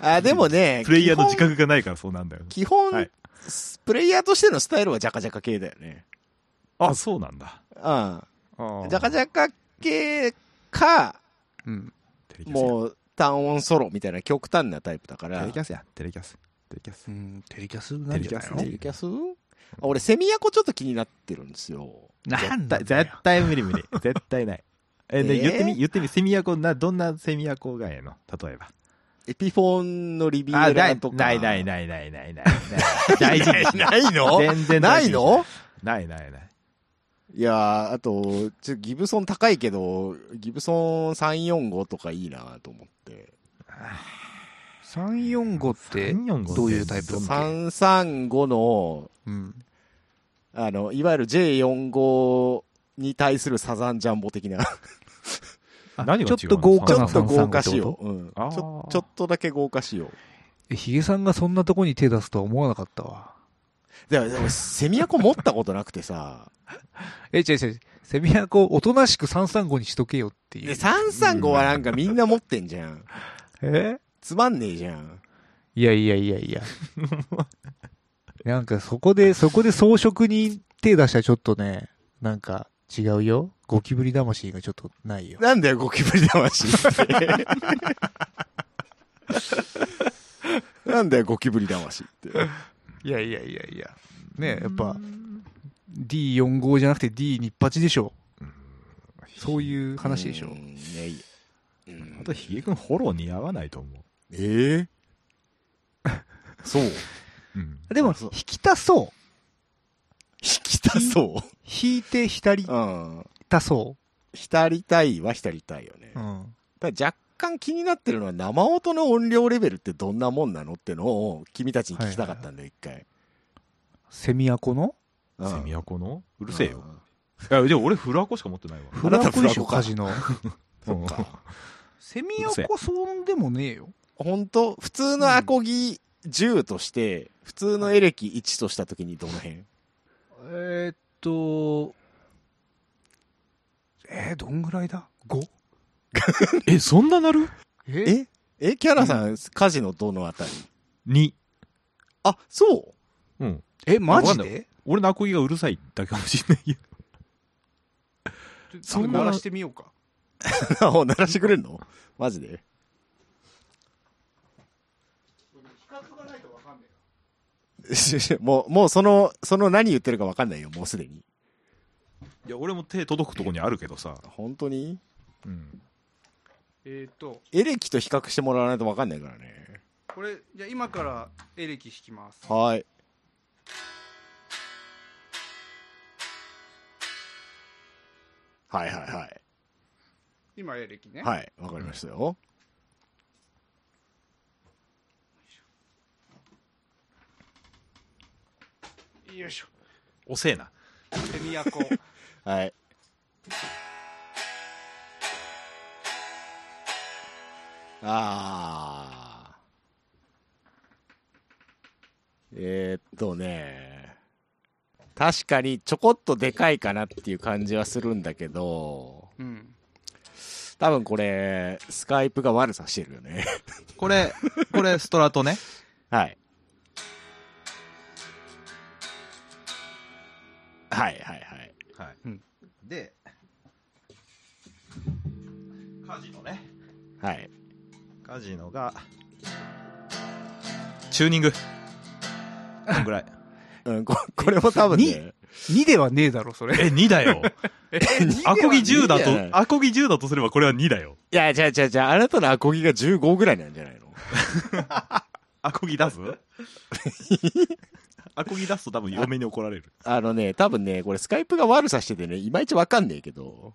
Speaker 2: あ、でもね、
Speaker 1: プレイヤーの自覚がないからそうなんだよ。
Speaker 2: 基本、
Speaker 1: はい
Speaker 2: プレイヤーとしてのスタイルはジャカジャカ系だよね。
Speaker 1: あ、そうなんだ。
Speaker 2: うん。
Speaker 1: ジ
Speaker 2: ジャカジャカ系か、
Speaker 4: うん。
Speaker 2: もう単音ソロみたいな極端なタイプだか
Speaker 1: テ
Speaker 2: ら
Speaker 1: レ。キャスや、テレキャス。テレキャス
Speaker 4: う。ん、テレキャスなんじゃない
Speaker 1: テ
Speaker 4: の
Speaker 1: レ
Speaker 2: キャスあ俺、セミヤコちょっと気になってるんですよ。
Speaker 4: なんだ
Speaker 1: だ
Speaker 4: よ
Speaker 1: 絶対無理無理。絶対ない。え、で
Speaker 2: えー
Speaker 1: 言ってみ、言ってみ、セミヤコな、どんなセミヤコがええの例えば。
Speaker 2: エピフォンのリビ
Speaker 1: あ、
Speaker 2: エ
Speaker 1: な
Speaker 2: ラ
Speaker 1: い
Speaker 2: と、か。
Speaker 1: ないない
Speaker 2: い。
Speaker 1: ないないないない。大事にしない。
Speaker 2: (laughs) ないの
Speaker 1: 全然
Speaker 2: な
Speaker 1: 大事
Speaker 2: い
Speaker 1: にし
Speaker 2: の
Speaker 1: ないないない。
Speaker 2: いやーあと、ちょギブソン高いけど、ギブソン345とかいいなと思って。
Speaker 4: 345って
Speaker 1: 345
Speaker 4: どういうタイプ
Speaker 1: どん
Speaker 4: だっけ
Speaker 2: 335の、
Speaker 4: うん。
Speaker 2: あの、いわゆる J45 に対するサザンジャンボ的な、
Speaker 1: 何が違うの
Speaker 4: ちょっと豪
Speaker 2: ち
Speaker 4: 華
Speaker 2: ょ
Speaker 4: な
Speaker 2: っと豪華
Speaker 4: 335
Speaker 2: 仕
Speaker 4: ってこ
Speaker 2: 様。うん。ち
Speaker 1: あー
Speaker 2: ょちょっとだけ豪華仕様。
Speaker 4: え、ヒゲさんがそんなとこに手出すとは思わなかったわ。
Speaker 2: でも、でもセミアコ持ったことなくてさ、
Speaker 4: え、違う違う違う。セミヤコをおとなしく335にしとけよってい
Speaker 2: で
Speaker 4: う。
Speaker 2: 335はなんかみんな持ってんじゃん。
Speaker 4: え
Speaker 2: つまんねえじゃん。
Speaker 4: いやいやいや (laughs) いや。なんかそこで、そこで装飾に手出したらちょっとね、なんか違うよ。ゴキブリ魂がちょっとないよ。
Speaker 2: なんだよ、ゴキブリ魂って。なんだよ、ゴキブリ魂って。
Speaker 4: いやいやいやいや。ねやっぱ D45 じゃなくて D28 でしょ。そういう話でしょ
Speaker 2: う。んねえうん
Speaker 1: あと、ヒゲ君、フォロー似合わないと思
Speaker 2: ええ (laughs) そう。引
Speaker 1: う。うん。
Speaker 4: でも、
Speaker 2: あそう
Speaker 4: 弾きたそう。
Speaker 2: きたそ
Speaker 4: (laughs) 弾いて浸り
Speaker 2: う。うん。
Speaker 4: たそ
Speaker 2: 浸りたいは浸りたいよね。
Speaker 4: う。うん。
Speaker 2: ただ若干気になってるのは生音の音量レベルってどんなもんなのってのを君たちに聞きたかったんだよ、一回。
Speaker 4: セミヤコの
Speaker 2: うん
Speaker 1: セミヤコのうるせえよ。。
Speaker 2: うん
Speaker 1: いや、でも俺、フラコしか持ってないわ。
Speaker 4: フ
Speaker 2: な
Speaker 4: ラ
Speaker 2: た
Speaker 4: コでし
Speaker 2: フラ
Speaker 4: ょ、
Speaker 2: コか
Speaker 4: カジ (laughs) ノ。
Speaker 2: そっか。
Speaker 4: セミヤコそんでもねえよ。
Speaker 2: 本当普通のアコギ10として、普通のエレキ1とした時にどの辺
Speaker 4: えーっと、えー、どんぐらいだ ?5?
Speaker 1: え、そんななる
Speaker 4: え
Speaker 2: ええキャラさん、カジノどのあたり
Speaker 1: ?2。
Speaker 2: あ、そう
Speaker 1: うん。
Speaker 4: え、マ
Speaker 1: わ
Speaker 4: ジ
Speaker 1: かんな
Speaker 4: で
Speaker 1: 俺のアコギがうるさいだけかもしれないけどそ
Speaker 4: そ
Speaker 1: ん
Speaker 4: ん
Speaker 1: な
Speaker 4: 鳴らしてみようか。
Speaker 2: (laughs) お鳴らしてくれるのマジで (laughs) もう、もうその、その何言ってるか分かんないよ、もうすでに。
Speaker 1: いや、俺も手届くとこにあるけどさ。
Speaker 2: 本当に
Speaker 1: うん。
Speaker 4: えっ、と、
Speaker 2: エレキと比較してもらわないと分かんないからね。
Speaker 4: これ、じゃあ今からエレキ弾きます。
Speaker 2: はい。はいはいはい。
Speaker 4: 今エレキね。
Speaker 2: はい、わかりましたよ。
Speaker 4: よいしょ。
Speaker 1: 遅えな。
Speaker 4: 手都。
Speaker 2: はい。ああ。えー、っとね。確かにちょこっとでかいかなっていう感じはするんだけど、
Speaker 4: うん。
Speaker 2: 多分これ、スカイプが悪さしてるよね。 (laughs)
Speaker 1: これ、これ、ストラトね。
Speaker 2: はい。はいはいはい。
Speaker 1: はい。
Speaker 4: うん
Speaker 1: で、カジノね。
Speaker 2: はい。
Speaker 1: カジノが、チューニング。こんぐらい。
Speaker 2: うん、ここれも多分ね
Speaker 4: (laughs) に。2ではねえだろ、それ。
Speaker 1: え、2だよ。アコギ10だ
Speaker 2: いいじゃん
Speaker 1: と、アコギ10だとすればこれは2だよ。
Speaker 2: いや、じゃあじゃあじゃあ、あなたのアコギが15ぐらいなんじゃないの
Speaker 1: アコギ出 (laughs) すアコギ出すと多分嫁に怒られる。
Speaker 2: あのね、多分ね、これスカイプが悪さしててね、いまいちわかんねえけど。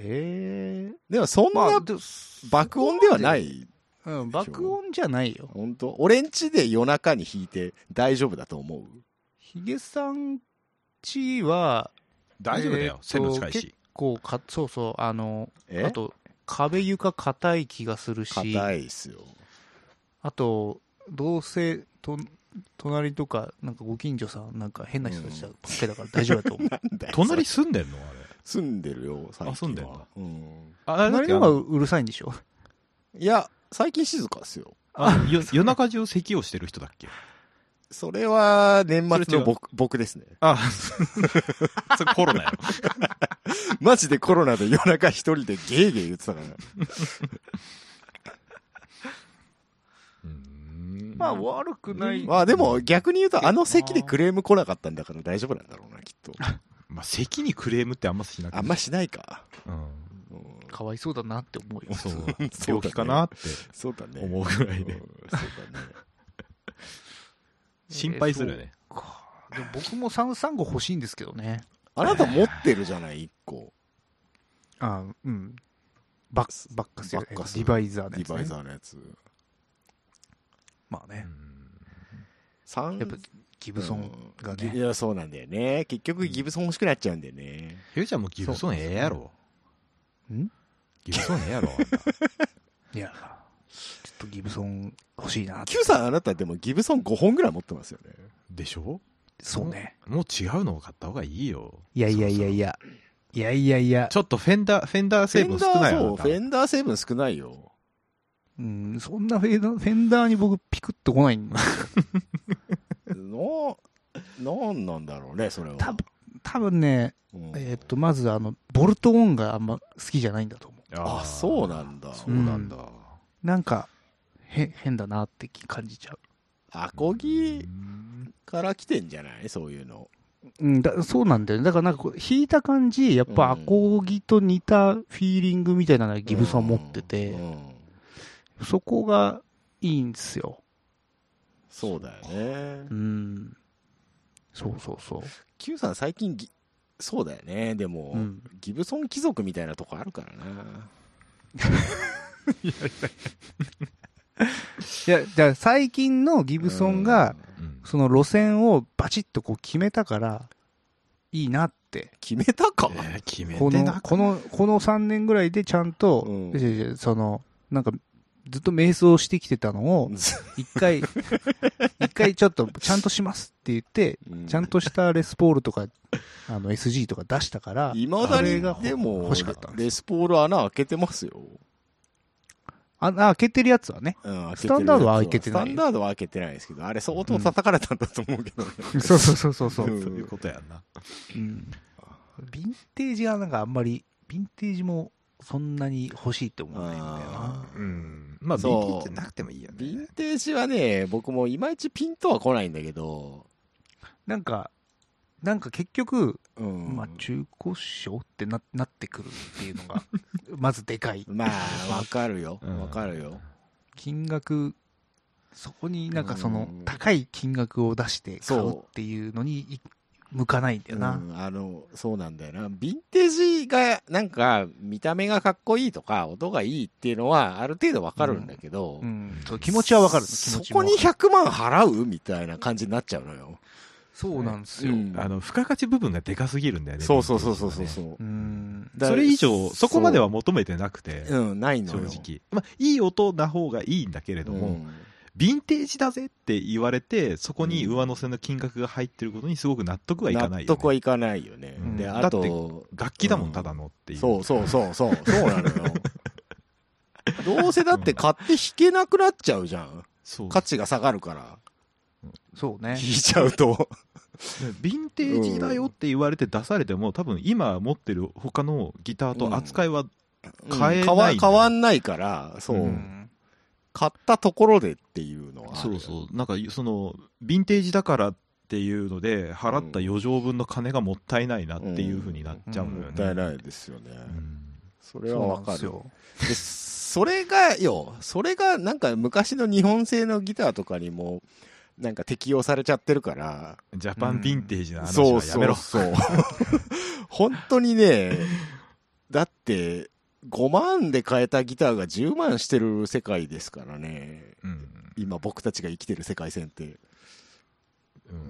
Speaker 2: ええでもそん
Speaker 4: まあ
Speaker 2: な
Speaker 4: で
Speaker 2: 爆音ではない。
Speaker 4: うん、爆音じゃないよ。
Speaker 2: 本当俺んちで夜中に弾いて大丈夫だと思う
Speaker 4: ヒゲさんちは、
Speaker 1: 大丈夫だよ。
Speaker 4: えーと
Speaker 1: 線路近いし。
Speaker 4: こうか、そうそう、あの、
Speaker 2: え
Speaker 4: あと、壁床硬い気がするし、
Speaker 2: 硬いっすよ。
Speaker 4: あと、どうせ、と、隣とか、なんかご近所さん、なんか変な人たちばっかりだから大丈夫だと思う。
Speaker 2: なんだよ
Speaker 1: 隣住んでんのあれ。
Speaker 2: 住んでるよ、最近は。
Speaker 1: あ住んでんだ
Speaker 2: うん。
Speaker 1: あれだっ
Speaker 4: 隣
Speaker 1: て
Speaker 4: の
Speaker 1: あ
Speaker 4: 方
Speaker 1: の
Speaker 4: がうるさいんでしょ
Speaker 2: いや、最近静かですよ。
Speaker 1: あのよ夜中中咳をしてる人だっけ
Speaker 2: それは、年
Speaker 1: そ
Speaker 2: 末
Speaker 1: れ違
Speaker 2: の
Speaker 1: う
Speaker 2: 僕、僕ですね。 (laughs)
Speaker 1: あ、 (laughs) それコロナよ。
Speaker 2: マジでコロナで夜中一人でゲーゲー言ってたから。
Speaker 4: まあ、悪くない。
Speaker 2: まあでも、逆に言うと、あの席でクレーム来なかったんだから大丈夫なんだろうな、きっと。
Speaker 1: まあ、咳にクレームってあんましなく
Speaker 2: あんましないか。
Speaker 1: うん。
Speaker 2: うん。
Speaker 4: かわいそうだなって思うよ。
Speaker 1: そう病気かなって
Speaker 2: そうだね。
Speaker 1: 思うぐらい
Speaker 2: うん
Speaker 1: で。
Speaker 2: そうだね。
Speaker 1: 心配するよね。
Speaker 4: かでも僕も335欲しいんですけどね。
Speaker 2: (laughs) あなた持ってるじゃない、一個。
Speaker 4: あうん。バッバッカス
Speaker 2: バッカス
Speaker 4: ディバイザーの
Speaker 2: デ
Speaker 4: や
Speaker 2: ィ
Speaker 4: つね
Speaker 2: バイザーのやつ。
Speaker 4: まあね。
Speaker 2: 三
Speaker 4: やっぱギブソンが
Speaker 2: うんい
Speaker 4: ね。
Speaker 2: や、そうなんだよね。結局、ギブソン欲しくなっちゃうんだよね。
Speaker 1: ひゅうちゃんもギブソンええやろ。
Speaker 4: ん
Speaker 1: ギブソンええやろ。あんた
Speaker 4: いや、ちょっとギブソン欲しいなって。
Speaker 2: Q さん、あなたでもギブソン5本ぐらい持ってますよね。
Speaker 1: でしょ
Speaker 4: そうね。
Speaker 1: もう違うのを買った方がいいよ。
Speaker 4: いやいやいやいや。いやいやいや。
Speaker 1: ちょっとフェンダー、フェンダー成分少ない
Speaker 2: そう、
Speaker 1: よ。
Speaker 2: フェンダー成分少ないよ。
Speaker 4: うん、そんなフェーダーフェンダーに僕ピクッと来ないんだ。
Speaker 2: の、なんなんだろうね、それは。
Speaker 4: (laughs) 多分、多分ね、
Speaker 2: うん
Speaker 4: えーっと、まずあの、ボルトオンがあんま好きじゃないんだと思
Speaker 1: あー
Speaker 2: あ、そうなんだ。
Speaker 1: そうなんだ。
Speaker 4: う。なんか、へ、変だなって感じちゃう。
Speaker 2: アコ
Speaker 1: う
Speaker 2: ギ
Speaker 1: ん
Speaker 2: から来てんじゃないそういうの。
Speaker 4: うん、だそうなんだよね。だからなんかこう、弾いた感じ、やっぱアコギと似たフィーリングみたいなのがギブソン持ってて、
Speaker 2: うん
Speaker 4: そこがいいんですよ。
Speaker 2: そうだよね
Speaker 4: う。ん。そうそうそう。
Speaker 2: Q さん最近ギ、そうだよね。でも、
Speaker 4: うん
Speaker 2: ギブソン貴族みたいなとこあるからな。
Speaker 4: いや、じゃあ最近のギブソンが、
Speaker 1: うん
Speaker 4: その路線をバチッとこう決めたから、いいなって。
Speaker 2: 決めたか、
Speaker 1: えー決め
Speaker 4: こ
Speaker 1: て
Speaker 4: の
Speaker 1: な、
Speaker 4: この、この3年ぐらいでちゃんと、
Speaker 2: うん
Speaker 4: いやいやいやその、なんか、ずっと瞑想してきてたのを、一 (laughs) 回、一回ちょっと、ちゃんとしますって言って、
Speaker 2: うん
Speaker 4: ちゃんとしたレスポールとか、あの SG とか出したから、
Speaker 2: いまだ
Speaker 4: あれ
Speaker 2: に
Speaker 4: が、
Speaker 2: でも
Speaker 4: 欲しかったん、です
Speaker 2: レスポール穴開けてますよ。
Speaker 4: あ、あ開けてるやつはね。
Speaker 2: うん、
Speaker 4: スタンダードは開けてない
Speaker 2: スタンダードは開けてないですけど、あれ相当叩かれたんだと思うけどね。
Speaker 4: (laughs) そうそうそうそうそうう。
Speaker 1: んそういうことやんな。
Speaker 4: うん。ヴィンテージがなんかあんまり、ヴィンテージもそんなに欲しいって思わないんだよ
Speaker 2: あ
Speaker 4: な。
Speaker 1: うん。まあ、ビ
Speaker 2: そう
Speaker 1: ンテージじゃなくてもいいよ
Speaker 2: ヴィン
Speaker 1: ね。
Speaker 2: テージはね、僕もいまいちピンとは来ないんだけど、
Speaker 4: なんか、なんか結局、
Speaker 2: うん。
Speaker 4: まあ中古賞ってななってくるっていうの
Speaker 2: (laughs)
Speaker 4: が、まずでかい。
Speaker 2: ま
Speaker 1: (laughs)
Speaker 2: あ、わかるよ。
Speaker 1: うん
Speaker 2: わかるよ。
Speaker 4: 金額、そこになんかその
Speaker 2: うん
Speaker 4: 高い金額を出して買うっていうのにい向かないんだよな。
Speaker 2: うんあの、そうなんだよな。ヴィンテージが、なんか、見た目がかっこいいとか、音がいいっていうのは、ある程度わかるんだけど、
Speaker 4: うんそう気持ちはわかる。気
Speaker 2: そ
Speaker 4: 持ちも
Speaker 2: こ
Speaker 4: わか
Speaker 2: に
Speaker 4: る
Speaker 2: 100万払うみたいな感じになっちゃうのよ。
Speaker 4: そうなんですよ。
Speaker 2: うん
Speaker 1: あの、付加価値部分がでかすぎるんだよね。
Speaker 2: そうそうそうそう
Speaker 1: ヴィンテージは
Speaker 2: そう
Speaker 1: ね
Speaker 2: そう。
Speaker 4: うん
Speaker 2: だ
Speaker 1: それ以上、そこまでは求めてなくて、
Speaker 2: そううん、ないの
Speaker 1: 正
Speaker 2: よ。
Speaker 1: 直。まあ、いい音な方がいいんだけれども、
Speaker 2: うん
Speaker 1: ヴィンテージだぜって言われて、そこに上乗せの金額が入ってることにすごく納得はいかないよ、ね。
Speaker 2: 納得はいかないよね。
Speaker 1: うん
Speaker 2: で、
Speaker 1: だ
Speaker 2: あ
Speaker 1: って
Speaker 2: と、
Speaker 1: 楽器だも、
Speaker 2: うんん
Speaker 1: ただのっていう。
Speaker 2: そうそうそうそう、そう
Speaker 1: (laughs)
Speaker 2: なのよ。どうせだって買って弾けなくなっちゃうじゃん。
Speaker 1: そう
Speaker 2: 価値が下がるから。
Speaker 4: そうね
Speaker 2: 弾い。ちゃうと。
Speaker 1: ヴィンテージだよって言われて出されても、多分今持ってる他のギターと扱いは、 (laughs) 買えない
Speaker 2: 変わ変わんないから、そう。
Speaker 1: う
Speaker 4: うん
Speaker 2: 買ったところでっていうのはある。
Speaker 1: そうそう、なんかその、ヴィンテージだからっていうので、払った余剰分の金がもったいないなっていうふうになっちゃうの
Speaker 2: も
Speaker 1: よ
Speaker 2: っ
Speaker 1: ね。
Speaker 2: たいないですよね。
Speaker 1: うん
Speaker 2: それ
Speaker 4: そ
Speaker 2: は
Speaker 4: うな
Speaker 2: わ
Speaker 4: んで
Speaker 2: か
Speaker 4: す
Speaker 2: る。
Speaker 4: よ。
Speaker 2: で、それがよ、それがなんか昔の日本製のギターとかにも、なんか適用されちゃってるから、
Speaker 1: ジャパンヴィンテージの話
Speaker 2: そう
Speaker 1: はや
Speaker 2: そ
Speaker 1: めろ
Speaker 2: う。そう。 (laughs) 本当にね、だって、5万で買えたギターが10万してる世界ですからね。
Speaker 1: うん
Speaker 2: 今僕たちが生きてる世界線って。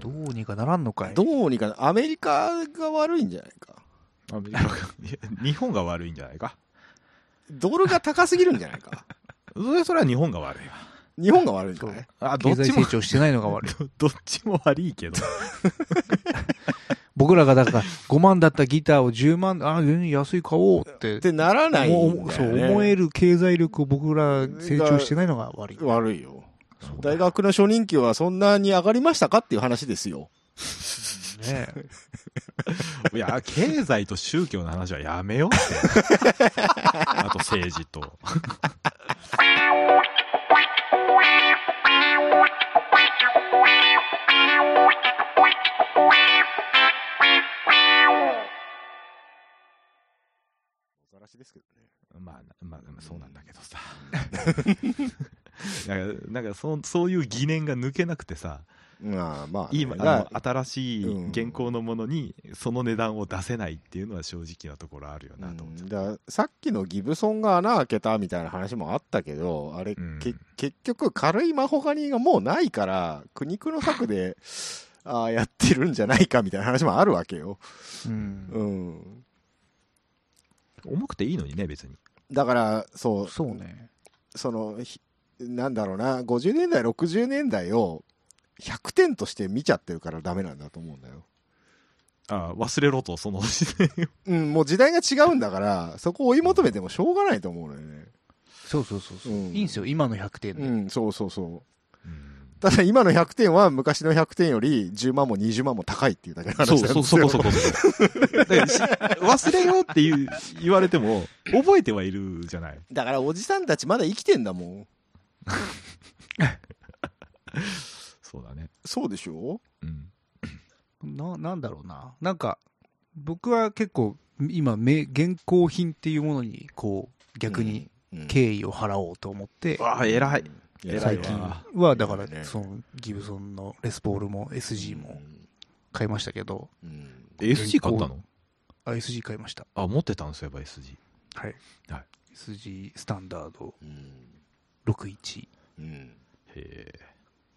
Speaker 1: うん
Speaker 4: どうにかならんのかい。
Speaker 2: どうにか、アメリカが悪いんじゃないか。
Speaker 1: アメリカがいや日本が悪いんじゃないか。
Speaker 2: ドルが高すぎるんじゃない (laughs) か。
Speaker 1: それそれは日本が悪いわ。
Speaker 2: 日本が悪いんじゃない
Speaker 1: あ、ど
Speaker 4: 経
Speaker 1: っ
Speaker 4: 済
Speaker 1: ちも
Speaker 4: 成、長してないのが悪い。
Speaker 1: どっちも悪いけど。
Speaker 4: 僕らがだから5万だったギターを10万、あ、全然安い買おうって
Speaker 2: っ。てならないんだよ、
Speaker 4: も
Speaker 2: ね。
Speaker 4: うそう思える経済力を僕ら成長してないのが悪い。
Speaker 2: 悪いよ。大学の初任給はそんなに上がりましたかっていう話ですよ。
Speaker 4: ね
Speaker 1: いや、経済と宗教の話はやめようって。 (laughs) あと政治と。
Speaker 2: ざらしですけどね。
Speaker 1: まあ、まあ、そうなんだけどさ。なんか、なんかそそういう疑念が抜けなくてさ、
Speaker 2: まあまあね、
Speaker 1: 今、
Speaker 2: が
Speaker 1: あの新しい
Speaker 2: うん
Speaker 1: 現行のものにその値段を出せないっていうのは正直なところあるよなと思って。
Speaker 2: うんだからさっきのギブソンが穴開けたみたいな話もあったけど、あれ、
Speaker 1: うん
Speaker 2: け結局軽いマホガニがもうないから、苦肉の策 (laughs) で、ああやってるんじゃないかみたいな話もあるわけよ。
Speaker 4: うん
Speaker 2: うん。
Speaker 1: 重くていいのにね、別に。
Speaker 2: だから、そう、
Speaker 4: そうね。
Speaker 2: その、ひなんだろうな、50年代、60年代を100点として見ちゃってるからダメなんだと思うんだよ。
Speaker 1: あ忘れろと、その
Speaker 2: うん、もう時代が違うんだから、そこを追い求めてもしょうがないと思うのよね。
Speaker 4: そうそうそうそう。
Speaker 2: うん
Speaker 4: いいんですよ、今の100点で。
Speaker 2: うん、そうそうそう。
Speaker 1: うん
Speaker 2: ただ今の100点は昔の100点より10万も20万も高いっていうだけの話な
Speaker 1: そ
Speaker 2: ん
Speaker 1: う
Speaker 2: です
Speaker 1: そ
Speaker 2: よ。
Speaker 1: う、そこそこそこ。 (laughs) だからし忘れようっていう言われても、覚えてはいるじゃない。
Speaker 2: だからおじさんたちまだ生きてんだもん。
Speaker 1: そうだね。
Speaker 2: そうでしょ
Speaker 1: うん。
Speaker 4: な、なんだろうな。なんか、僕は結構、今、め現行品っていうものに、こう、逆に
Speaker 2: うん、
Speaker 4: 敬意を払おうと思って、
Speaker 1: わあ、偉い。
Speaker 2: うん。偉い
Speaker 4: 最
Speaker 2: わ
Speaker 4: 近は、だか
Speaker 2: 偉いね
Speaker 4: ら、その、ギブソンのレスポールも SG も買いましたけど、
Speaker 2: うんうん。
Speaker 1: SG 買ったの
Speaker 4: あ、SG 買いました。
Speaker 1: あ、持ってたんそういえば SG。
Speaker 4: はい。
Speaker 1: はい
Speaker 4: SG スタンダード
Speaker 2: うん
Speaker 4: 61。い
Speaker 2: うん。
Speaker 1: へえ。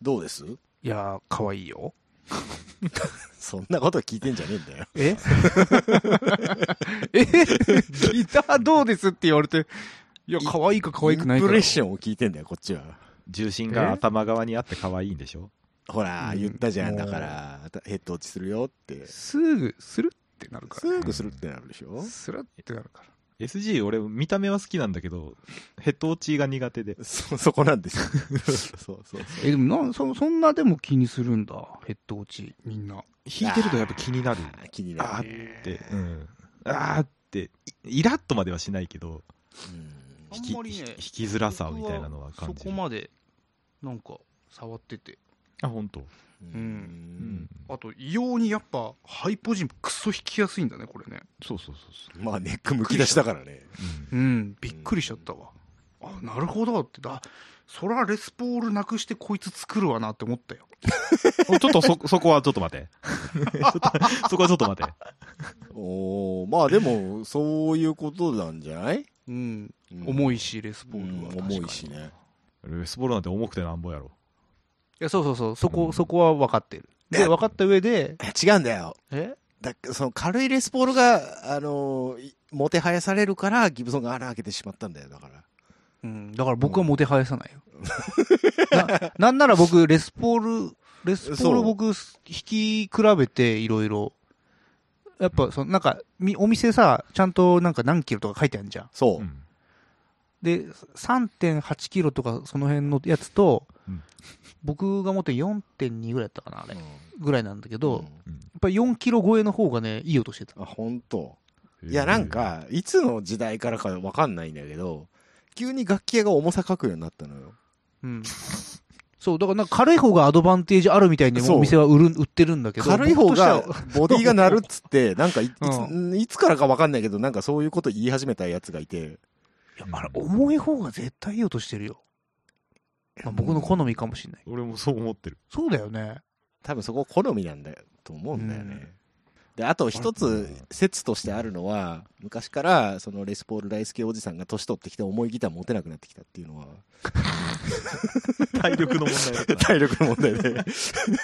Speaker 2: どうです
Speaker 4: やー、かわいいよ。
Speaker 2: そんなこと聞いてんじゃねえんだよ。
Speaker 4: え (laughs) えギターどうですって言われて、いや、可愛いか可愛くない
Speaker 2: イン
Speaker 4: か
Speaker 2: プレッションを聞いてんだよ、こっちは。
Speaker 1: 重心
Speaker 4: え
Speaker 1: が頭側にあって可愛いんでしょ
Speaker 2: ほら、
Speaker 4: うん
Speaker 2: 言ったじゃん。だから、ヘッド落ちするよって。
Speaker 4: すぐ、するってなるか
Speaker 2: す
Speaker 4: ら、
Speaker 2: ぐするってなるでしょ
Speaker 4: ね。するってなるから。
Speaker 1: ?SG 俺見た目は好きなんだけど、ヘッド落ちが苦手で。
Speaker 2: そ、 (laughs) そこなんです
Speaker 4: (laughs)
Speaker 2: よ。そうそうそう。
Speaker 4: え、でもな、そ、そんなでも気にするんだ。ヘッド落ち、みんな。
Speaker 1: 弾いてるとやっぱ気になる。
Speaker 2: あー気に
Speaker 1: あ
Speaker 2: なる
Speaker 1: ー
Speaker 2: ね
Speaker 1: って、うん。あーって、いイラッとまではしないけど、
Speaker 2: うん
Speaker 4: あ
Speaker 1: 引き
Speaker 4: んまりね
Speaker 1: 引き引きづらさみたいなのは感じ
Speaker 4: そこ
Speaker 1: る
Speaker 4: まで、なんか、触ってて。
Speaker 1: あ本当
Speaker 2: うん
Speaker 1: うん
Speaker 4: あと、異様にやっぱ、ハイポジンクソ引きやすいんだね、これね。
Speaker 1: そうそうそうそう、
Speaker 2: まあネックむき出しだからね。
Speaker 1: うん
Speaker 4: うん、びっくりしちゃったわ。あ、なるほどって、だ、そらレスポールなくしてこいつ作るわなって思ったよ。
Speaker 1: おちょっとそ (laughs) そこはちょっと待てちょっとそこはちょっと待て
Speaker 2: おーまあでも、そういうことなんじゃない
Speaker 4: うん、
Speaker 2: うん
Speaker 4: 重いし、レスポ
Speaker 2: う
Speaker 4: ール
Speaker 2: ん
Speaker 4: は。
Speaker 2: 重いしね。
Speaker 1: レスボールなんて重くてなんぼやろ
Speaker 4: いや、そうそうそう、そこ、
Speaker 1: うん
Speaker 4: そこは分かってる。で、分かった上で、
Speaker 2: 違うんだよ。
Speaker 4: え
Speaker 2: だその軽いレスポールが、あのーいもてはやされるから、ギブソンが穴開けてしまったんだよ、だから。
Speaker 4: うん、だから僕はもてはやさないよ。ななんなら僕、レスポール、レスポー
Speaker 2: そ
Speaker 4: ル
Speaker 2: う
Speaker 4: 僕、引き比べていろいろ。やっぱ、その、なんか、みお店さ、ちゃんとなんか何キロとか書いてあるじゃん。
Speaker 2: そう。
Speaker 1: うん
Speaker 4: で、3.8キロとかその辺のやつと、
Speaker 1: うん
Speaker 4: 僕が持ってる4.2ぐらいだったかな、あれ。ぐらいなんだけど、
Speaker 2: う
Speaker 4: や
Speaker 2: ん
Speaker 1: うん
Speaker 4: っぱり4キロ超えの方がね、いい音してた。
Speaker 2: あ、本当。いや、なんか、いつの時代からかわかんないんだけど、急に楽器屋が重さ書くようになったのよ。
Speaker 4: うん。そう、だからなんか軽い方がアドバンテージあるみたいに
Speaker 2: そう
Speaker 4: お店は売る売ってるんだけど。
Speaker 2: 軽い方が
Speaker 4: 僕としては、
Speaker 2: ボディが鳴るっつ
Speaker 4: (laughs)
Speaker 2: って、なんかいいつ、
Speaker 4: う
Speaker 2: いつからかわかんないけど、なんかそういうこと言い始めたやつがいて、
Speaker 1: いや
Speaker 4: あれ、重い方が絶対いい音してるよ。まあ、僕の好みかもしれない。
Speaker 1: 俺もそう思ってる
Speaker 4: そうだよね。
Speaker 2: 多分そこ好みなんだよと思うんだよね。
Speaker 4: うん
Speaker 2: であと一つ説としてあるのは昔からそのレスポール大好きおじさんが年取ってきて重いギター持てなくなってきたっていうのは
Speaker 1: 体力の問題だった
Speaker 2: (laughs) 体力の問題で (laughs)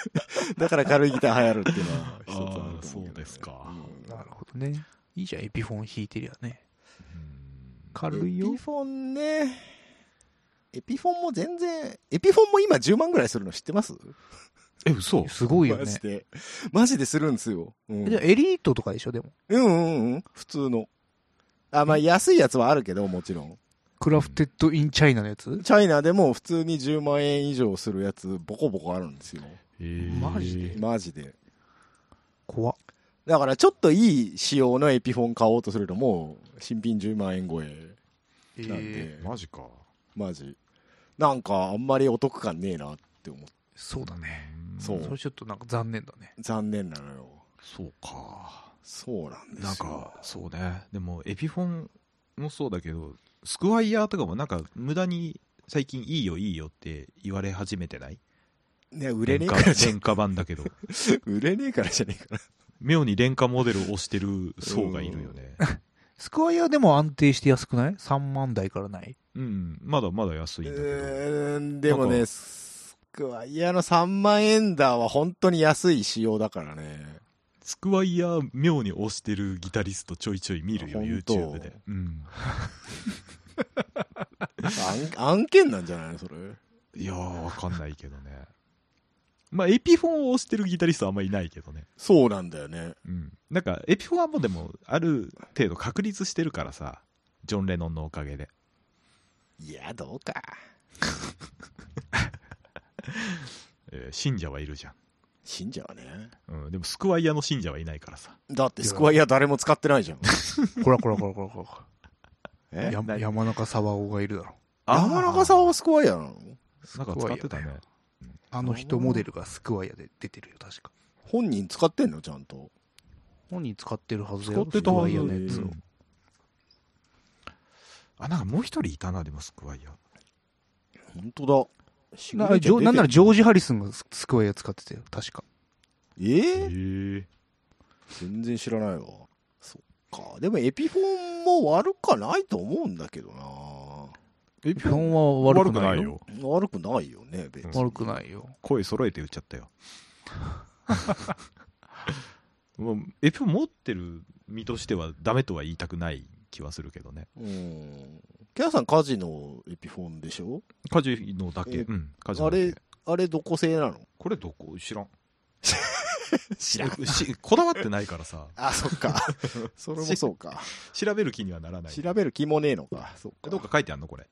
Speaker 2: だから軽いギター流行るっていうのは一つあると思うけどね
Speaker 1: あーそうですか
Speaker 2: うん
Speaker 4: なるほどね。いいじゃん、エピフォン弾いてりゃね。
Speaker 1: うん
Speaker 4: 軽い
Speaker 2: エ
Speaker 4: よ
Speaker 2: ピ。フォンねエピフォンも全然エピフォンも今10万ぐらいするの知ってます
Speaker 1: (laughs) え嘘
Speaker 4: すごいよ
Speaker 2: マ
Speaker 4: ね
Speaker 2: ジ。でマジでするんですよ、うん
Speaker 4: じゃあエリートとかでしょ、でも。
Speaker 2: うんうんうん普通のあまあ安いやつはあるけどもちろん
Speaker 4: クラフテッド・イン・チャイナのやつ
Speaker 2: チャイナでも普通に10万円以上するやつボコボコあるんですよ
Speaker 1: えー
Speaker 4: マジで
Speaker 2: マジで
Speaker 4: 怖っ
Speaker 2: だからちょっといい仕様のエピフォン買おうとするともう新品10万円超えなんで、
Speaker 1: マジか
Speaker 2: マジなんかあんまりお得感ねえなって思って
Speaker 4: そうだね。
Speaker 1: ん
Speaker 2: そう
Speaker 4: それちょっとなんか残念だね。
Speaker 2: 残念なのよ
Speaker 1: そうか
Speaker 2: そうなんですよ
Speaker 1: なんかそうねでもエピフォンもそうだけどスクワイヤーとかもなんか無駄に最近いいよいいよって言われ始めてない
Speaker 2: ね売れねえからじゃ
Speaker 1: 廉価版だけ (laughs) ど
Speaker 2: (laughs) 売れねえからじゃねえかな
Speaker 1: 妙に廉価モデルを推してる層がいるよね
Speaker 4: スクワイヤーでも安定して安くない ?3 万台から (laughs) ない
Speaker 1: (laughs) うんまだまだ安いんだけど、
Speaker 2: うーんで
Speaker 1: な
Speaker 2: も
Speaker 1: ん
Speaker 2: ね
Speaker 1: か
Speaker 2: スクワイヤーの3万円だは本当に安い仕様だからね
Speaker 1: スクワイヤー妙に推してるギタリストちょいちょい見るよ
Speaker 2: あ本当
Speaker 1: YouTube で、うん、
Speaker 2: 案
Speaker 1: (laughs)
Speaker 2: 案件なんじゃないのそれ
Speaker 1: いやーわかんないけどねまあエピフォンを推してるギタリストはあんまいないけどね
Speaker 2: そうなんだよね
Speaker 1: うん、なんかエピフォンはもうでもある程度確立してるからさジョン・レノンのおかげで
Speaker 2: いやどうか
Speaker 1: えー信者はいるじゃ
Speaker 2: 信者はね
Speaker 1: ん、うん、でもスクワイヤーの信者はいないからさ
Speaker 2: だってスクワイヤー誰も使ってないじゃん
Speaker 4: ほらほらほらほらほら。
Speaker 2: え
Speaker 4: や山中沢男がいるだろ。
Speaker 2: 山中さんはスクワイヤーな
Speaker 1: な
Speaker 2: の
Speaker 1: んか使ってたね
Speaker 4: スクワイヤーだよあの人モデルがスクワイヤーで出てるよ、確か。
Speaker 2: 本人使ってんのちゃんと
Speaker 4: 本人使ってるはず
Speaker 1: 使
Speaker 4: だよ。
Speaker 1: ってたはず
Speaker 4: スク
Speaker 1: よ
Speaker 4: ワイ
Speaker 1: ね
Speaker 4: ヤーのやつを
Speaker 2: うん
Speaker 1: あなんかもう一人いたなでもスクワイヤー
Speaker 2: 本当だシグネチャー
Speaker 4: なジョ
Speaker 2: 出て
Speaker 4: なんならジョージ・ハリスンがススクワイヤー使ってたよ、確か。
Speaker 2: え
Speaker 1: へ
Speaker 2: ー
Speaker 1: え
Speaker 2: 全然知らないわそっかでもエピフォンも悪かないと思うんだけどな
Speaker 1: エ
Speaker 4: 基本は悪くないよ。
Speaker 2: 悪くないよね別に
Speaker 4: 悪くないよ。
Speaker 1: 声揃えて言っちゃったよ (laughs) もうエピフォン持ってる身としてはダメとは言いたくない気はするけどね
Speaker 2: うんキャラさんカジノエピフォンでしょ
Speaker 1: カジノだけ
Speaker 2: え
Speaker 1: うんカジノ
Speaker 2: あ
Speaker 1: だけ
Speaker 2: れあれどこ製なの
Speaker 1: これどこ知 (laughs) らん
Speaker 2: 知
Speaker 1: しこだわってないからさ
Speaker 2: あそっか (laughs) それも (laughs) そうか
Speaker 1: 調べる気にはならない
Speaker 2: 調べる気もねえのかそっか
Speaker 1: どうか書いてあんのこれ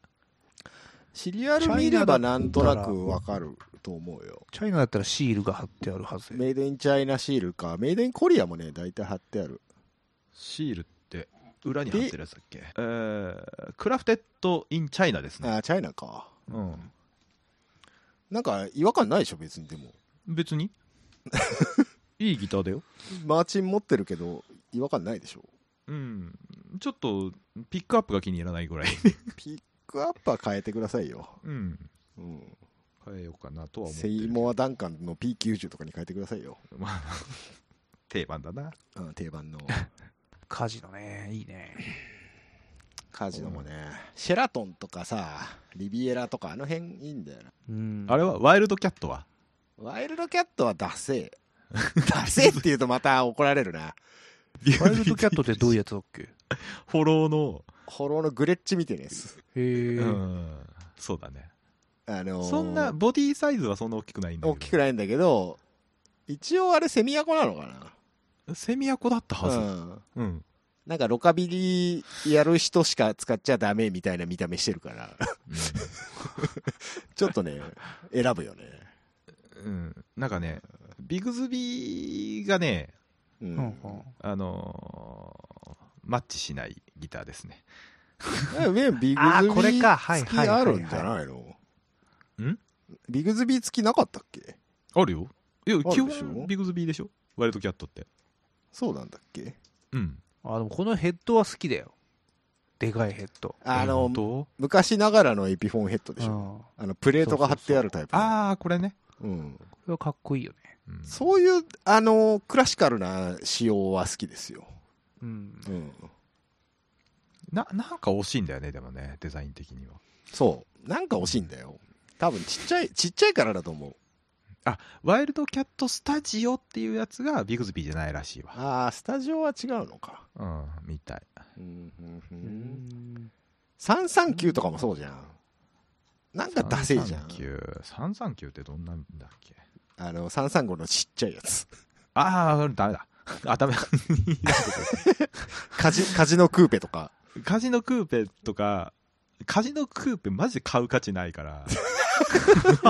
Speaker 2: シリアル見ればなんとなくわかると思うよ。
Speaker 4: チャイナだったらシールが貼ってあるはずよ
Speaker 2: メイドインチャイナシールか、メイドインコリアもね、大体貼ってある。
Speaker 1: シールって裏に貼ってるやつだっけえー、クラフテッド・イン・チャイナですね。
Speaker 2: あーチャイナか。
Speaker 1: うん。
Speaker 2: なんか違和感ないでしょ、別にでも。
Speaker 1: 別
Speaker 2: (laughs)
Speaker 1: にいいギターだよ。
Speaker 2: マーチン持ってるけど、違和感ないでしょ。
Speaker 1: うん。ちょっと、ピックアップが気に入らないぐら
Speaker 2: (laughs)
Speaker 1: い。
Speaker 2: ピックアップは変えてくださいよ。
Speaker 1: うん。
Speaker 2: うん。
Speaker 1: 変えようかなとは思って
Speaker 2: セ
Speaker 1: る
Speaker 2: イモア・ダンカンの P90 とかに変えてくださいよ。
Speaker 1: まあ、定番だな。
Speaker 2: うん、定
Speaker 1: (laughs)
Speaker 2: 番の。
Speaker 4: カジだね。いいね。
Speaker 2: カジノもね、シェラトンとかさ、リビエラとか、あの辺いいんだよな。
Speaker 4: うん。
Speaker 1: あれは、ワイルドキャットは
Speaker 2: ワイルドキャットはダセえ。
Speaker 1: (laughs)
Speaker 2: ダセえって言うとまた怒られるな。
Speaker 4: ワイルドキャットってどういうやつだっけへ
Speaker 1: フォローの、
Speaker 2: ホローのグレッチみてえです。
Speaker 4: え。
Speaker 1: うん、そうだね。
Speaker 2: あのー
Speaker 1: そんな、ボディサイズはそんな大きくないんだけど。
Speaker 2: 大きくないんだけど、一応あれセミアコなのかな。
Speaker 1: セミアコだったはず。
Speaker 2: うん。
Speaker 1: うん。
Speaker 2: なんかロカビリーやる人しか使っちゃダメみたいな見た目してるから、
Speaker 1: (laughs)
Speaker 2: ちょっとね、選ぶよね。
Speaker 1: うん、なんかね、ビグズビーがね、
Speaker 2: うん。
Speaker 4: うんうん
Speaker 1: あのーマッチしないギターですね。
Speaker 2: ウェンビグ
Speaker 4: あ
Speaker 2: ズビ
Speaker 4: ーこれ
Speaker 2: ー
Speaker 4: かはい
Speaker 2: 付き
Speaker 4: はいはい
Speaker 2: あ
Speaker 4: はい
Speaker 2: るんじゃないの
Speaker 1: ん
Speaker 2: ビグズビー付きなかったっけ
Speaker 1: あるよ。いや、
Speaker 2: でしょ
Speaker 1: 基本ビグズビーでしょワイルドキャットって。
Speaker 2: そうなんだっけ
Speaker 1: うん。
Speaker 4: あ、でもこのヘッドは好きだよ。でかいヘッド。
Speaker 2: あの
Speaker 1: 本、当
Speaker 2: 昔ながらのエピフォンヘッドでし
Speaker 4: う
Speaker 2: ょ。
Speaker 4: ん。
Speaker 2: あの、プレートが貼ってあるタイプの。
Speaker 1: あー、これね。
Speaker 2: うん。
Speaker 4: これはかっこいいよね。
Speaker 1: うん
Speaker 2: そういう、あの、クラシカルな仕様は好きですよ。
Speaker 4: うん。
Speaker 2: うん。
Speaker 1: ななんか惜しいんだよね、でもね、デザイン的には。
Speaker 2: そう。なんか惜しいんだよ。多分ちっちゃい、ちっちゃいからだと思う。
Speaker 1: ワイルドキャットスタジオっていうやつがビグズビーじゃないらしいわ。
Speaker 2: ああ、スタジオは違うのか。
Speaker 1: うん、みたい。
Speaker 2: うん、う、
Speaker 4: うんん
Speaker 2: 339とかもそうじゃん。なんかダセえじゃん。
Speaker 1: 339。339ってどんなんだっけ
Speaker 2: あの、335のちっちゃいやつ。
Speaker 1: あー、ダメだ。あ、ダメだ。
Speaker 2: カジ、カジノクーペとか。
Speaker 1: (laughs)
Speaker 2: (laughs)
Speaker 1: カジノクーペとか、カジノクーペマジで買う価値ないから、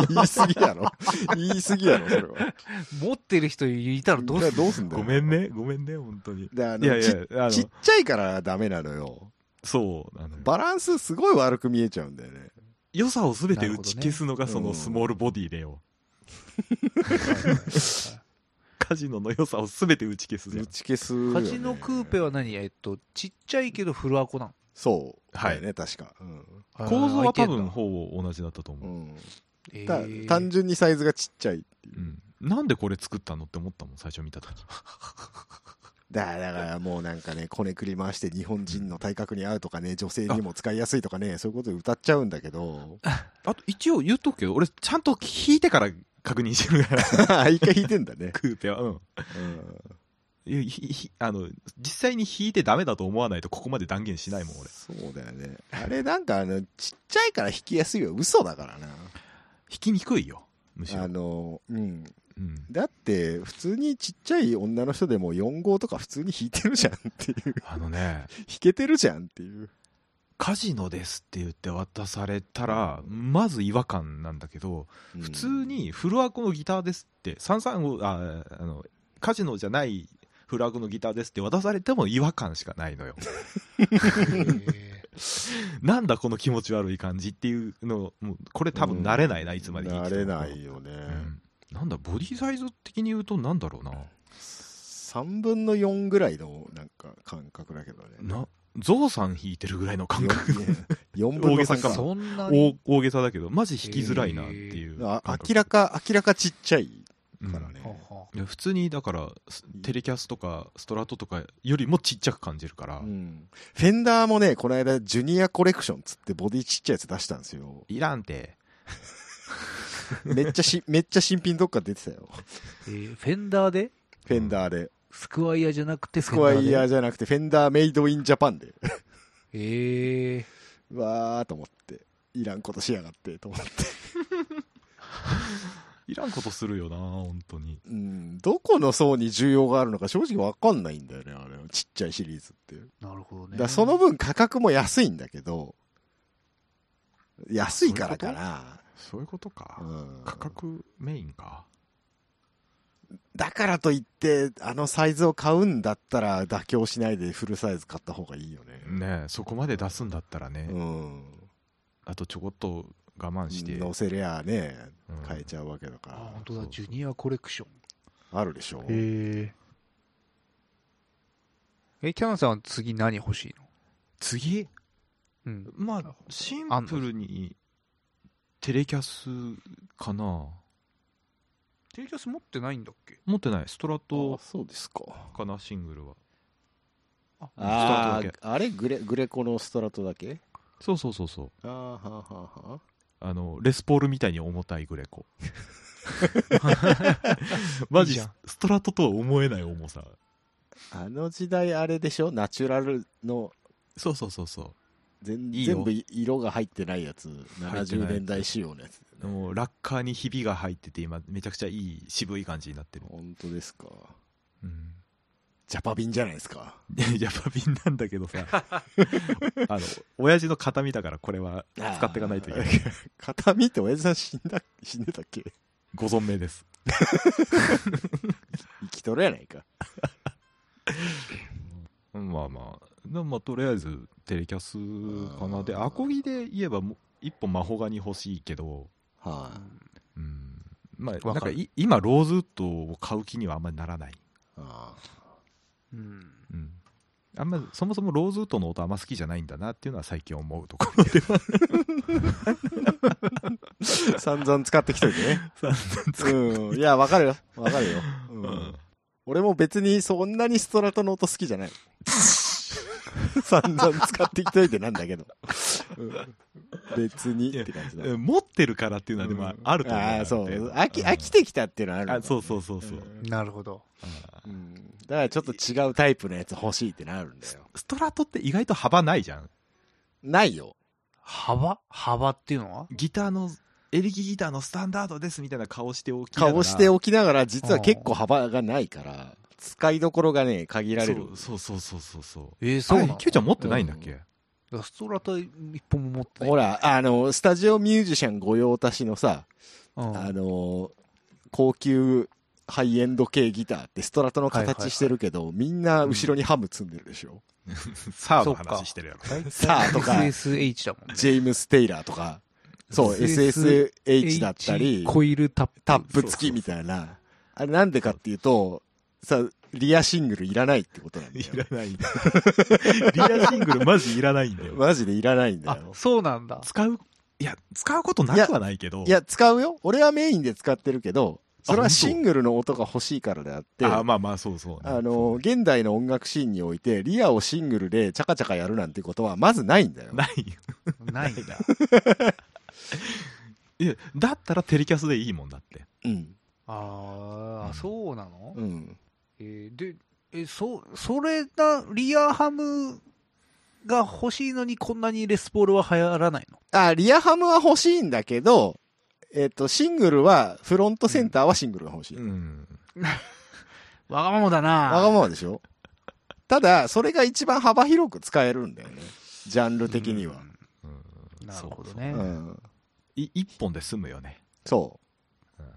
Speaker 2: 言い過ぎやろ。言い過ぎやろ、それは。
Speaker 4: 持ってる人いたらどうする
Speaker 2: どうすん
Speaker 1: (laughs)
Speaker 2: だ
Speaker 1: ご
Speaker 2: よ。
Speaker 1: めんね、ごめんね、本当に。
Speaker 2: で。あの
Speaker 1: いやいや
Speaker 2: ち、
Speaker 1: あ
Speaker 2: ちっ
Speaker 1: の、
Speaker 2: ちゃいからダメなのよ。
Speaker 1: そうなのよ、
Speaker 2: バランスすごい悪く見えちゃうんだよね。
Speaker 1: 良さをすべて打ち消すのが
Speaker 2: なる
Speaker 1: そ
Speaker 2: ほどね
Speaker 1: のスモールボディで (laughs) よ。カジノの良さをすべて打ち消すじゃ
Speaker 2: 打
Speaker 1: ん。
Speaker 2: ち消すよね、
Speaker 4: カジノクーペは何えっと、ちっちゃいけどフルアコな
Speaker 2: そう。
Speaker 1: はい
Speaker 2: だよね、確か。うん。
Speaker 4: の。
Speaker 1: 構造は多分
Speaker 4: あ
Speaker 1: ほぼ同じだったと
Speaker 2: う
Speaker 1: 思う。
Speaker 2: ん
Speaker 4: ー、
Speaker 2: た
Speaker 4: 開いてんだ
Speaker 2: 単純にサイズがちっちゃいっていうう。
Speaker 1: ん。なんでこれ作ったのって思ったもん、最初見たとき。
Speaker 2: だだからもうなんかね、こねくり回して日本人の体格に合うとかね、女性にも使いやすいとかね、そういうことで歌っちゃうんだけど、 (laughs)
Speaker 1: あと一応言っとくけど、俺ちゃんと聞いてから確認してるから、
Speaker 2: 一回弾いてんだね。
Speaker 1: クーペは。うん。
Speaker 2: うん
Speaker 1: いやひひあの実際に弾いてダメだと思わないとここまで断言しないもん俺
Speaker 2: そうだよね。あれなんかあの、ちっちゃいから弾きやすいは嘘だからな。
Speaker 1: 弾きにくいよむしろ
Speaker 2: あの、うん。
Speaker 1: うん、
Speaker 2: だって、普通にちっちゃい女の人でも4号とか普通に弾いてるじゃんっていう。 (laughs)
Speaker 1: あのね
Speaker 2: 弾けてるじゃんっていう。
Speaker 1: 「カジノです」って言って渡されたらまず違和感なんだけど普通にフルアコのギターですって335ああのカジノじゃないフルアコのギターですって渡されても違和感しかないの
Speaker 2: (laughs)
Speaker 1: よ
Speaker 4: へ
Speaker 1: なんだこの気持ち悪い感じっていうのもうこれ多分慣れないな、いつまで弾い
Speaker 2: 慣
Speaker 1: てて
Speaker 2: れ
Speaker 1: も
Speaker 2: ないよね。
Speaker 1: うんなんだボディサイズ的に言うとなんだろうな
Speaker 2: 3分の4ぐらいのなんか感覚だけどね。
Speaker 1: なゾウさん弾いてるぐらいの感覚
Speaker 2: よ4
Speaker 1: 大
Speaker 2: 分の3か
Speaker 4: ー (laughs)
Speaker 1: げさ
Speaker 4: そんな
Speaker 1: 大
Speaker 4: に
Speaker 1: 大げさだけどマジ弾きづらいなっていう
Speaker 2: な。あ
Speaker 1: 感覚
Speaker 2: 明らか、明らかちっちゃい
Speaker 1: うん
Speaker 2: からね。
Speaker 4: ははい
Speaker 1: や普通にだからすテレキャスとかストラトとかよりもちっちゃく感じるから、
Speaker 2: うんフェンダーもね、この間、ジュニアコレクションつってボディちっちゃいやつ出したんですよ。
Speaker 1: いらんて
Speaker 2: めっちゃし、めっちゃ新品どっか出てたよ。
Speaker 4: えーフェンダーで
Speaker 2: フェンダーで。
Speaker 4: スクワイヤーじゃなくて
Speaker 2: ス
Speaker 4: ス
Speaker 2: クワイヤー
Speaker 4: ーで
Speaker 2: じゃなくて、フェンダーメイドインジャパンで。
Speaker 4: え
Speaker 2: うわーと思って。いらんことしやがって、と思って。
Speaker 1: いらんことするよな本当に
Speaker 2: うん、どこの層に需要があるのか正直わかんないんだよね、あれ。ちっちゃいシリーズって。
Speaker 4: ーなるほど
Speaker 2: だ
Speaker 4: ね
Speaker 2: からその分価格も安いんだけど、安いからかな。
Speaker 1: そういうことか、
Speaker 2: うん
Speaker 1: 価格メインか
Speaker 2: だからといって、あのサイズを買うんだったら妥協しないでフルサイズ買った方がいいよね。
Speaker 1: ねえそこまで出すんだったらね、
Speaker 2: うん。
Speaker 1: あとちょこっと我慢して、
Speaker 2: 乗せりゃあね、
Speaker 1: うん
Speaker 2: 買えちゃうわけだか
Speaker 4: あ
Speaker 2: ら。
Speaker 4: 本当
Speaker 1: そう
Speaker 4: だ
Speaker 1: そう
Speaker 4: ジュニアコレクション
Speaker 2: あるでしょ
Speaker 4: へええキャンさんは次何欲しい
Speaker 1: 次
Speaker 4: のうん
Speaker 1: まあシンプルにテレキャスかな
Speaker 4: テレキャス持ってないんだっけ
Speaker 1: 持ってないストラト
Speaker 2: そうですか。
Speaker 1: かなシングルは
Speaker 2: あ
Speaker 1: ストラトだけ
Speaker 2: あ、あれグレグレコのストラトだけ
Speaker 1: そうそうそうそう
Speaker 2: あーはあはあはあ
Speaker 1: あのレスポールみたいに重たいグレコ (laughs) マ
Speaker 4: いい
Speaker 1: ジ
Speaker 4: じゃん
Speaker 1: ストラトとは思えない重さ
Speaker 2: あの時代あれでしょナチュラルの
Speaker 1: そうそうそうそ
Speaker 2: 全
Speaker 1: いいよ
Speaker 2: 全部い色が入ってないやつ
Speaker 1: 入ってない
Speaker 2: 70年代仕様のやつだ
Speaker 1: う
Speaker 2: よね
Speaker 1: もうラッカーにひびが入ってて今めちゃくちゃいい渋い感じになってる、
Speaker 2: 本当ですか
Speaker 1: うん、
Speaker 2: ジャパビンじゃないですか
Speaker 1: い (laughs) ややっぱ瓶なんだけど (laughs) さあの親父の形見だからこれは使っていかないといけない
Speaker 2: あー片見って親父さん死んだ死んでたっけ
Speaker 1: ご存命です
Speaker 2: 生きとるやないか
Speaker 1: まあまあでもまあとりあえずテレキャスか
Speaker 2: う
Speaker 1: なんでアコギで言えばもう一本マホガニ欲しいけど
Speaker 2: は
Speaker 1: うんまあ
Speaker 4: かる
Speaker 1: なんかい今ローズウッドを買う気にはあんまりならない、
Speaker 2: いあ
Speaker 4: うん
Speaker 1: うん、あんまそもそもローズウッドの音あんま好きじゃないんだなっていうのは最近思うと (laughs) ころでは
Speaker 2: ー散々使ってきといてね (laughs)
Speaker 1: 散々使
Speaker 2: うんいやわかるよわかるよ、うん
Speaker 1: うん
Speaker 2: 俺も別にそんなにストラトの音好きじゃ (laughs) ない散々使ってきといてなんだけど、うん別にって感じだ
Speaker 1: うん持ってるからっていうのはでもあると思う
Speaker 2: あ
Speaker 1: な
Speaker 2: あそう
Speaker 1: って
Speaker 2: 飽き飽きてきたっていうのはある
Speaker 1: あそうそうそうそう、
Speaker 4: なるほど
Speaker 2: うん、だからちょっと違うタイプのやつ欲しいってなるんだよ
Speaker 1: ストラトって意外と幅ないじゃん
Speaker 2: ないよ
Speaker 4: 幅幅っていうのは
Speaker 1: ギターのエレキギターのスタンダードですみたいな顔しておきながら
Speaker 2: 顔しておきながら実は結構幅がないから使いどころがね限られる
Speaker 1: そうそうそうそうそう
Speaker 4: えー、
Speaker 1: そ
Speaker 4: そうう
Speaker 1: な
Speaker 4: な
Speaker 1: の
Speaker 4: の
Speaker 1: あれキューちゃん持ってないんだっけ、
Speaker 4: ストラタ一本も持ってない
Speaker 2: ほらあのスタジオミュージシャン御用達のさ、
Speaker 4: うん
Speaker 2: あの高級ハイエンド系ギターってストラトの形してるけど、みんな後ろにハム積んでるでしょ、
Speaker 1: サーの
Speaker 4: そっか
Speaker 1: 話してるやろ
Speaker 2: さあとか
Speaker 4: SSH だもんね
Speaker 2: ジェームス・テイラーとかそう
Speaker 4: SSH
Speaker 2: SSH だったり
Speaker 4: コイルタップ
Speaker 2: タップ付きみたいな。あれなんでかっていうと、さ、リアシングルいらないってことなん
Speaker 1: (laughs)
Speaker 2: だ
Speaker 1: い
Speaker 2: よ。
Speaker 1: らないんだよリアシングルマジいらないんだよ
Speaker 2: マジでいらないんだ
Speaker 4: あ
Speaker 2: よ。
Speaker 4: そうなん
Speaker 2: (laughs)
Speaker 4: だ
Speaker 1: 使ういや使うことなくはないけど
Speaker 2: いや、使うよ。俺はメインで使ってるけど、それ
Speaker 1: あ本
Speaker 2: は
Speaker 1: 当
Speaker 2: シングルの音が欲しいからであって、
Speaker 1: あ
Speaker 2: あ
Speaker 1: まあまあそうそう、ね
Speaker 2: の、現代の音楽シーンにおいて、リアをシングルでチャカチャカやるなんてことはまずないんだよ。
Speaker 1: ない
Speaker 4: ないんだ
Speaker 1: いやだったらテレキャスでいいもんだって
Speaker 2: うん。
Speaker 4: ああそうなの、
Speaker 2: うん。
Speaker 4: えーでえそそれだリアハムが欲しいのにこんなにレスポールは流行らないの
Speaker 2: あ、リアハムは欲しいんだけど、えっ、と、シングルは、フロントセンターはシングルが欲しい。
Speaker 1: うん
Speaker 4: わがままだな
Speaker 2: わがままでしょただ、それが一番幅広く使えるんだよね。ジャンル的には。
Speaker 1: うん
Speaker 4: なるほど
Speaker 1: そう
Speaker 4: ね
Speaker 1: そう
Speaker 2: うん。
Speaker 1: い一本で済むよね
Speaker 2: そう
Speaker 1: うん。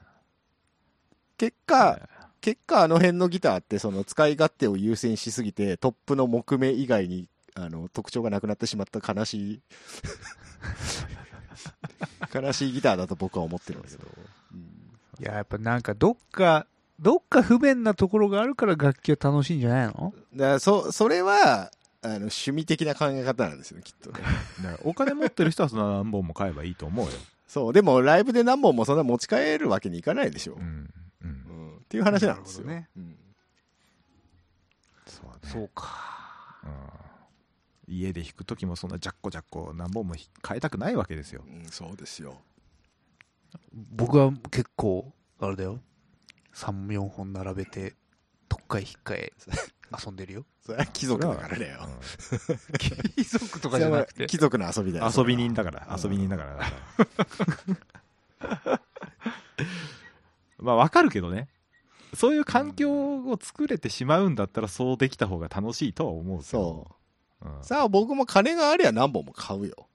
Speaker 2: 結果、結果あの辺のギターってその使い勝手を優先しすぎて、トップの木目以外に、あの、特徴がなくなってしまった悲しい、 (laughs) 悲しいギターだと僕は思ってるんですけど。うん
Speaker 4: いややっぱなんかどっかどっか不便なところがあるから楽器は楽しいんじゃないの
Speaker 2: だから、そ、それは、あの、趣味的な考え方なんですよね、きっとね。 (laughs)
Speaker 1: だからお金持ってる人はその何本も買えばいいと思うよ、
Speaker 2: そう、でもライブで何本もそんな持ち帰るわけにいかないでしょ。
Speaker 1: うんうん
Speaker 2: うんっていう話なんですよ。
Speaker 4: なる
Speaker 2: うん
Speaker 1: そうね
Speaker 4: そうか
Speaker 1: うん、家で弾く時もそんなジャッコジャッコ何本も弾変えたくないわけですよ
Speaker 2: うんそうですよ。
Speaker 4: 僕は結構あれだよ34本並べて特っかえ引っかえ (laughs) 遊んでるよ
Speaker 2: それは貴族だからだよ。
Speaker 4: 貴族と
Speaker 2: それは
Speaker 4: (laughs)
Speaker 2: 貴族の遊びだよ。
Speaker 1: 遊び人だから
Speaker 2: うん
Speaker 1: 遊び人だから (laughs) だからまあわかるけどねそういう環境を作れてしまうんだったらそうできた方が楽しいとは思うけど
Speaker 2: そ
Speaker 1: うん、
Speaker 2: う。さあ、僕も金がありゃ何本も買うよ。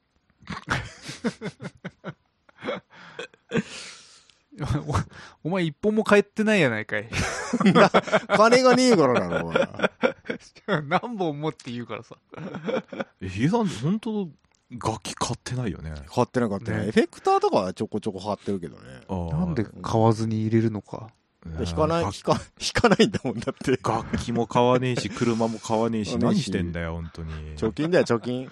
Speaker 4: お前一本も帰ってないやないかい。 (laughs)
Speaker 2: な (laughs) 金がねえからなの。お前
Speaker 4: 何本もって言うからさ。
Speaker 1: えヒゲさん本当楽器買ってないよね
Speaker 2: 買ってなかったね。
Speaker 4: ね
Speaker 2: エフェクターとかはちょこちょこ買ってるけどね。
Speaker 1: あー
Speaker 4: なんで買わずに入れるのか。
Speaker 1: ね
Speaker 2: 弾かない、弾か、 (laughs) 弾かないんだもんだって。
Speaker 1: 楽楽器も買わねえし車も買わねえし
Speaker 2: 買わねえ
Speaker 1: 何
Speaker 2: し
Speaker 1: してんだよ本当に
Speaker 2: 貯金だよ、貯金。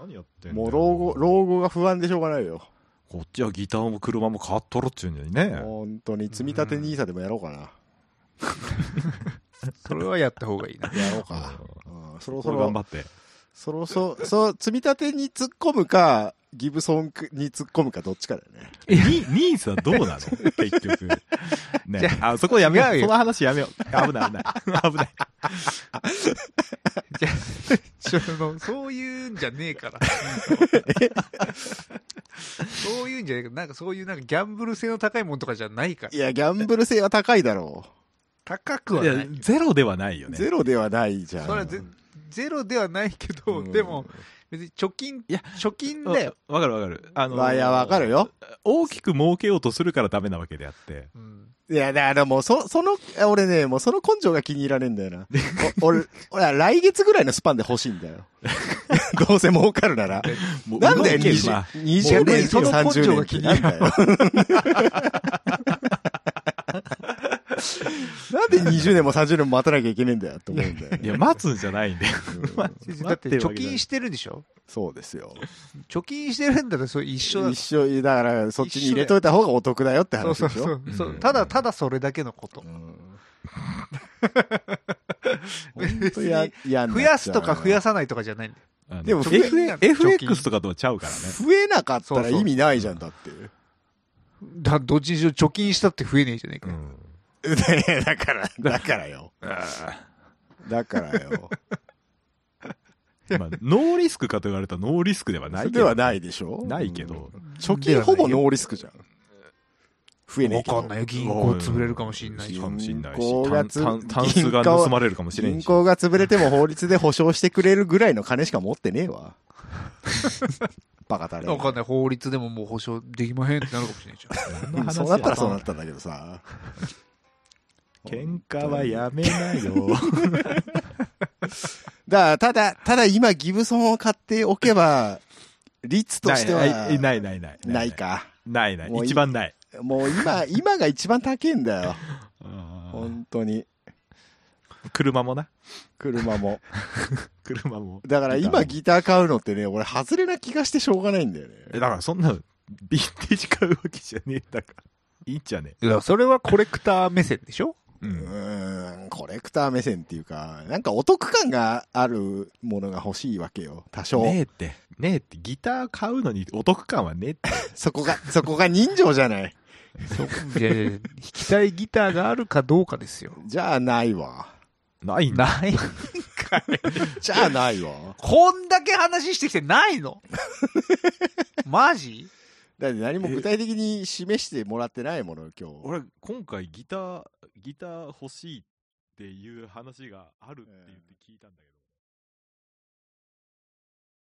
Speaker 1: 何やってんだよ
Speaker 2: もう老後、老後が不安でしょうがないよ。
Speaker 1: こっちはギターも車も買っとろっちゅうんじゃにね
Speaker 2: 本当に、積み立て NISA でもやろうかな。
Speaker 4: それはやった方がいいな。
Speaker 2: やろうかな。うんそろ
Speaker 1: こ
Speaker 2: そ
Speaker 1: れ頑張
Speaker 2: ろ、
Speaker 1: って
Speaker 2: そろそろ、そう、積み立てに突っ込むか、ギブソンに突っ込むかどっちかだよね。
Speaker 1: ニーズはどうなの結局
Speaker 4: じ
Speaker 1: ね
Speaker 4: ゃ
Speaker 1: あそこやめよ
Speaker 4: 違
Speaker 1: う
Speaker 4: うよ
Speaker 1: その話やめよう危ない危ない危ない
Speaker 4: じゃ (laughs) あそのそういうんじゃねえ (laughs) から。そういうんじゃねえから。なんかそういうなんかギャンブル性の高いもんとかじゃないから
Speaker 2: い。や、ギャンブル性は高いだろ
Speaker 4: 高くはない
Speaker 1: いや。ゼロではないよ
Speaker 2: う。
Speaker 1: ね
Speaker 2: ゼロではないじゃん。
Speaker 4: それはゼゼロではないけど、
Speaker 2: うん
Speaker 4: でも、別に貯金、
Speaker 1: いや
Speaker 4: 貯金だよ。
Speaker 1: わかるわかるあの
Speaker 2: まあ、いや、わかるよ。
Speaker 1: 大きく儲けようとするからダメなわけであって
Speaker 4: (laughs) うん
Speaker 2: いや、だからもう、そ、その、俺ね、もうその根性が気に入らねえんだよな。お俺、俺は来月ぐらいのスパンで欲しいんだよ。 (laughs) どうせ儲かるなら。
Speaker 1: もう
Speaker 2: なんだよ、
Speaker 1: 儲ける
Speaker 2: 20
Speaker 1: わ
Speaker 2: 20年、
Speaker 4: その根性
Speaker 2: 30
Speaker 4: が気
Speaker 2: 年
Speaker 4: に入ら (laughs)
Speaker 2: なんだよ。なんで20年も30年も待たなきゃいけねえんだよ、と思うんだよね、
Speaker 1: いや待つんじゃないんだよ
Speaker 2: うん
Speaker 4: だって貯金
Speaker 1: し
Speaker 4: してるんでしょ
Speaker 2: そうですよ。
Speaker 4: 貯金してるんだったらそれ一緒だ
Speaker 2: 一緒、だから、そっちに入れといた方がお得だよって
Speaker 4: そう
Speaker 2: 話
Speaker 4: そ
Speaker 2: で
Speaker 4: う
Speaker 2: し
Speaker 4: そ
Speaker 2: ょ。
Speaker 4: うそう、
Speaker 1: うん
Speaker 4: ただただそれだけのこと、
Speaker 2: 本当や、やんなっちゃう
Speaker 4: 増やすとか増やさないとかじゃないんだよ
Speaker 1: でも
Speaker 2: でも
Speaker 1: FA
Speaker 4: 貯金
Speaker 1: FX とかとはちゃうからね
Speaker 2: (laughs) 増えなかったら意味ないじゃんだって。
Speaker 4: だどっちにしろ貯金したって増えねえじゃねえか
Speaker 1: う
Speaker 4: よ、
Speaker 1: ん
Speaker 2: (laughs) だから、だからよ。だからよ。
Speaker 1: まあノーリスクかと言われたらノーリスクではないけど
Speaker 2: ではないでしょ
Speaker 1: ないけど、
Speaker 2: 貯金ほぼノーリスクじゃん。増えねえ
Speaker 4: 分
Speaker 2: けど
Speaker 4: かんないよ銀行潰れるかもしんないし
Speaker 1: かもしんない
Speaker 2: 銀行
Speaker 1: し
Speaker 2: が
Speaker 1: 単
Speaker 2: つ
Speaker 1: 単単数が
Speaker 2: 銀行
Speaker 1: 盗まれるかもしれん
Speaker 2: 銀
Speaker 1: し
Speaker 2: 行が潰れても法律で保証してくれるぐらいの金しか持ってねえわ。バカだね。
Speaker 4: 分かんない法律でももう保証できまへんってなるかもしれないじゃん
Speaker 1: そん話
Speaker 2: そうなったらそうなったんだけどさ。
Speaker 1: 喧嘩はやめなよ
Speaker 2: (laughs) だから、ただ、ただ今ギブソンを買っておけば、率としては、
Speaker 1: ないないないない
Speaker 2: ないか。
Speaker 1: ないない
Speaker 2: もういい
Speaker 1: 一番ない
Speaker 2: もう今、今が一番高いんだよ。本当に。
Speaker 1: 車もな
Speaker 2: 車も。
Speaker 1: 車も
Speaker 2: だから今ギター買うのってね、俺外れな気がしてしょうがないんだよね。
Speaker 1: えだからそんなビンテージ買うわけじゃねえんだからいいんじゃね
Speaker 4: いやそれはコレクター目線でしょ
Speaker 1: え、う、
Speaker 2: うんーん、コレクター目線っていうか、なんかお得感があるものが欲しいわけよ。多少。
Speaker 1: ねえってねえってギター買うのにお得感はねえって
Speaker 2: そこが、そこが人情じゃない。
Speaker 4: そういやい (laughs) やいや弾きたいギターがあるかどうかですよ
Speaker 2: じゃあないわ。
Speaker 1: ないんだ
Speaker 4: ない
Speaker 2: じゃあないわ。
Speaker 4: こんだけ話してきてないのマジ
Speaker 2: だって何も具体的に示してもらってないもの、今日。
Speaker 1: 俺今回ギターギター欲しいっていう話があるって言って聞いたんだけど、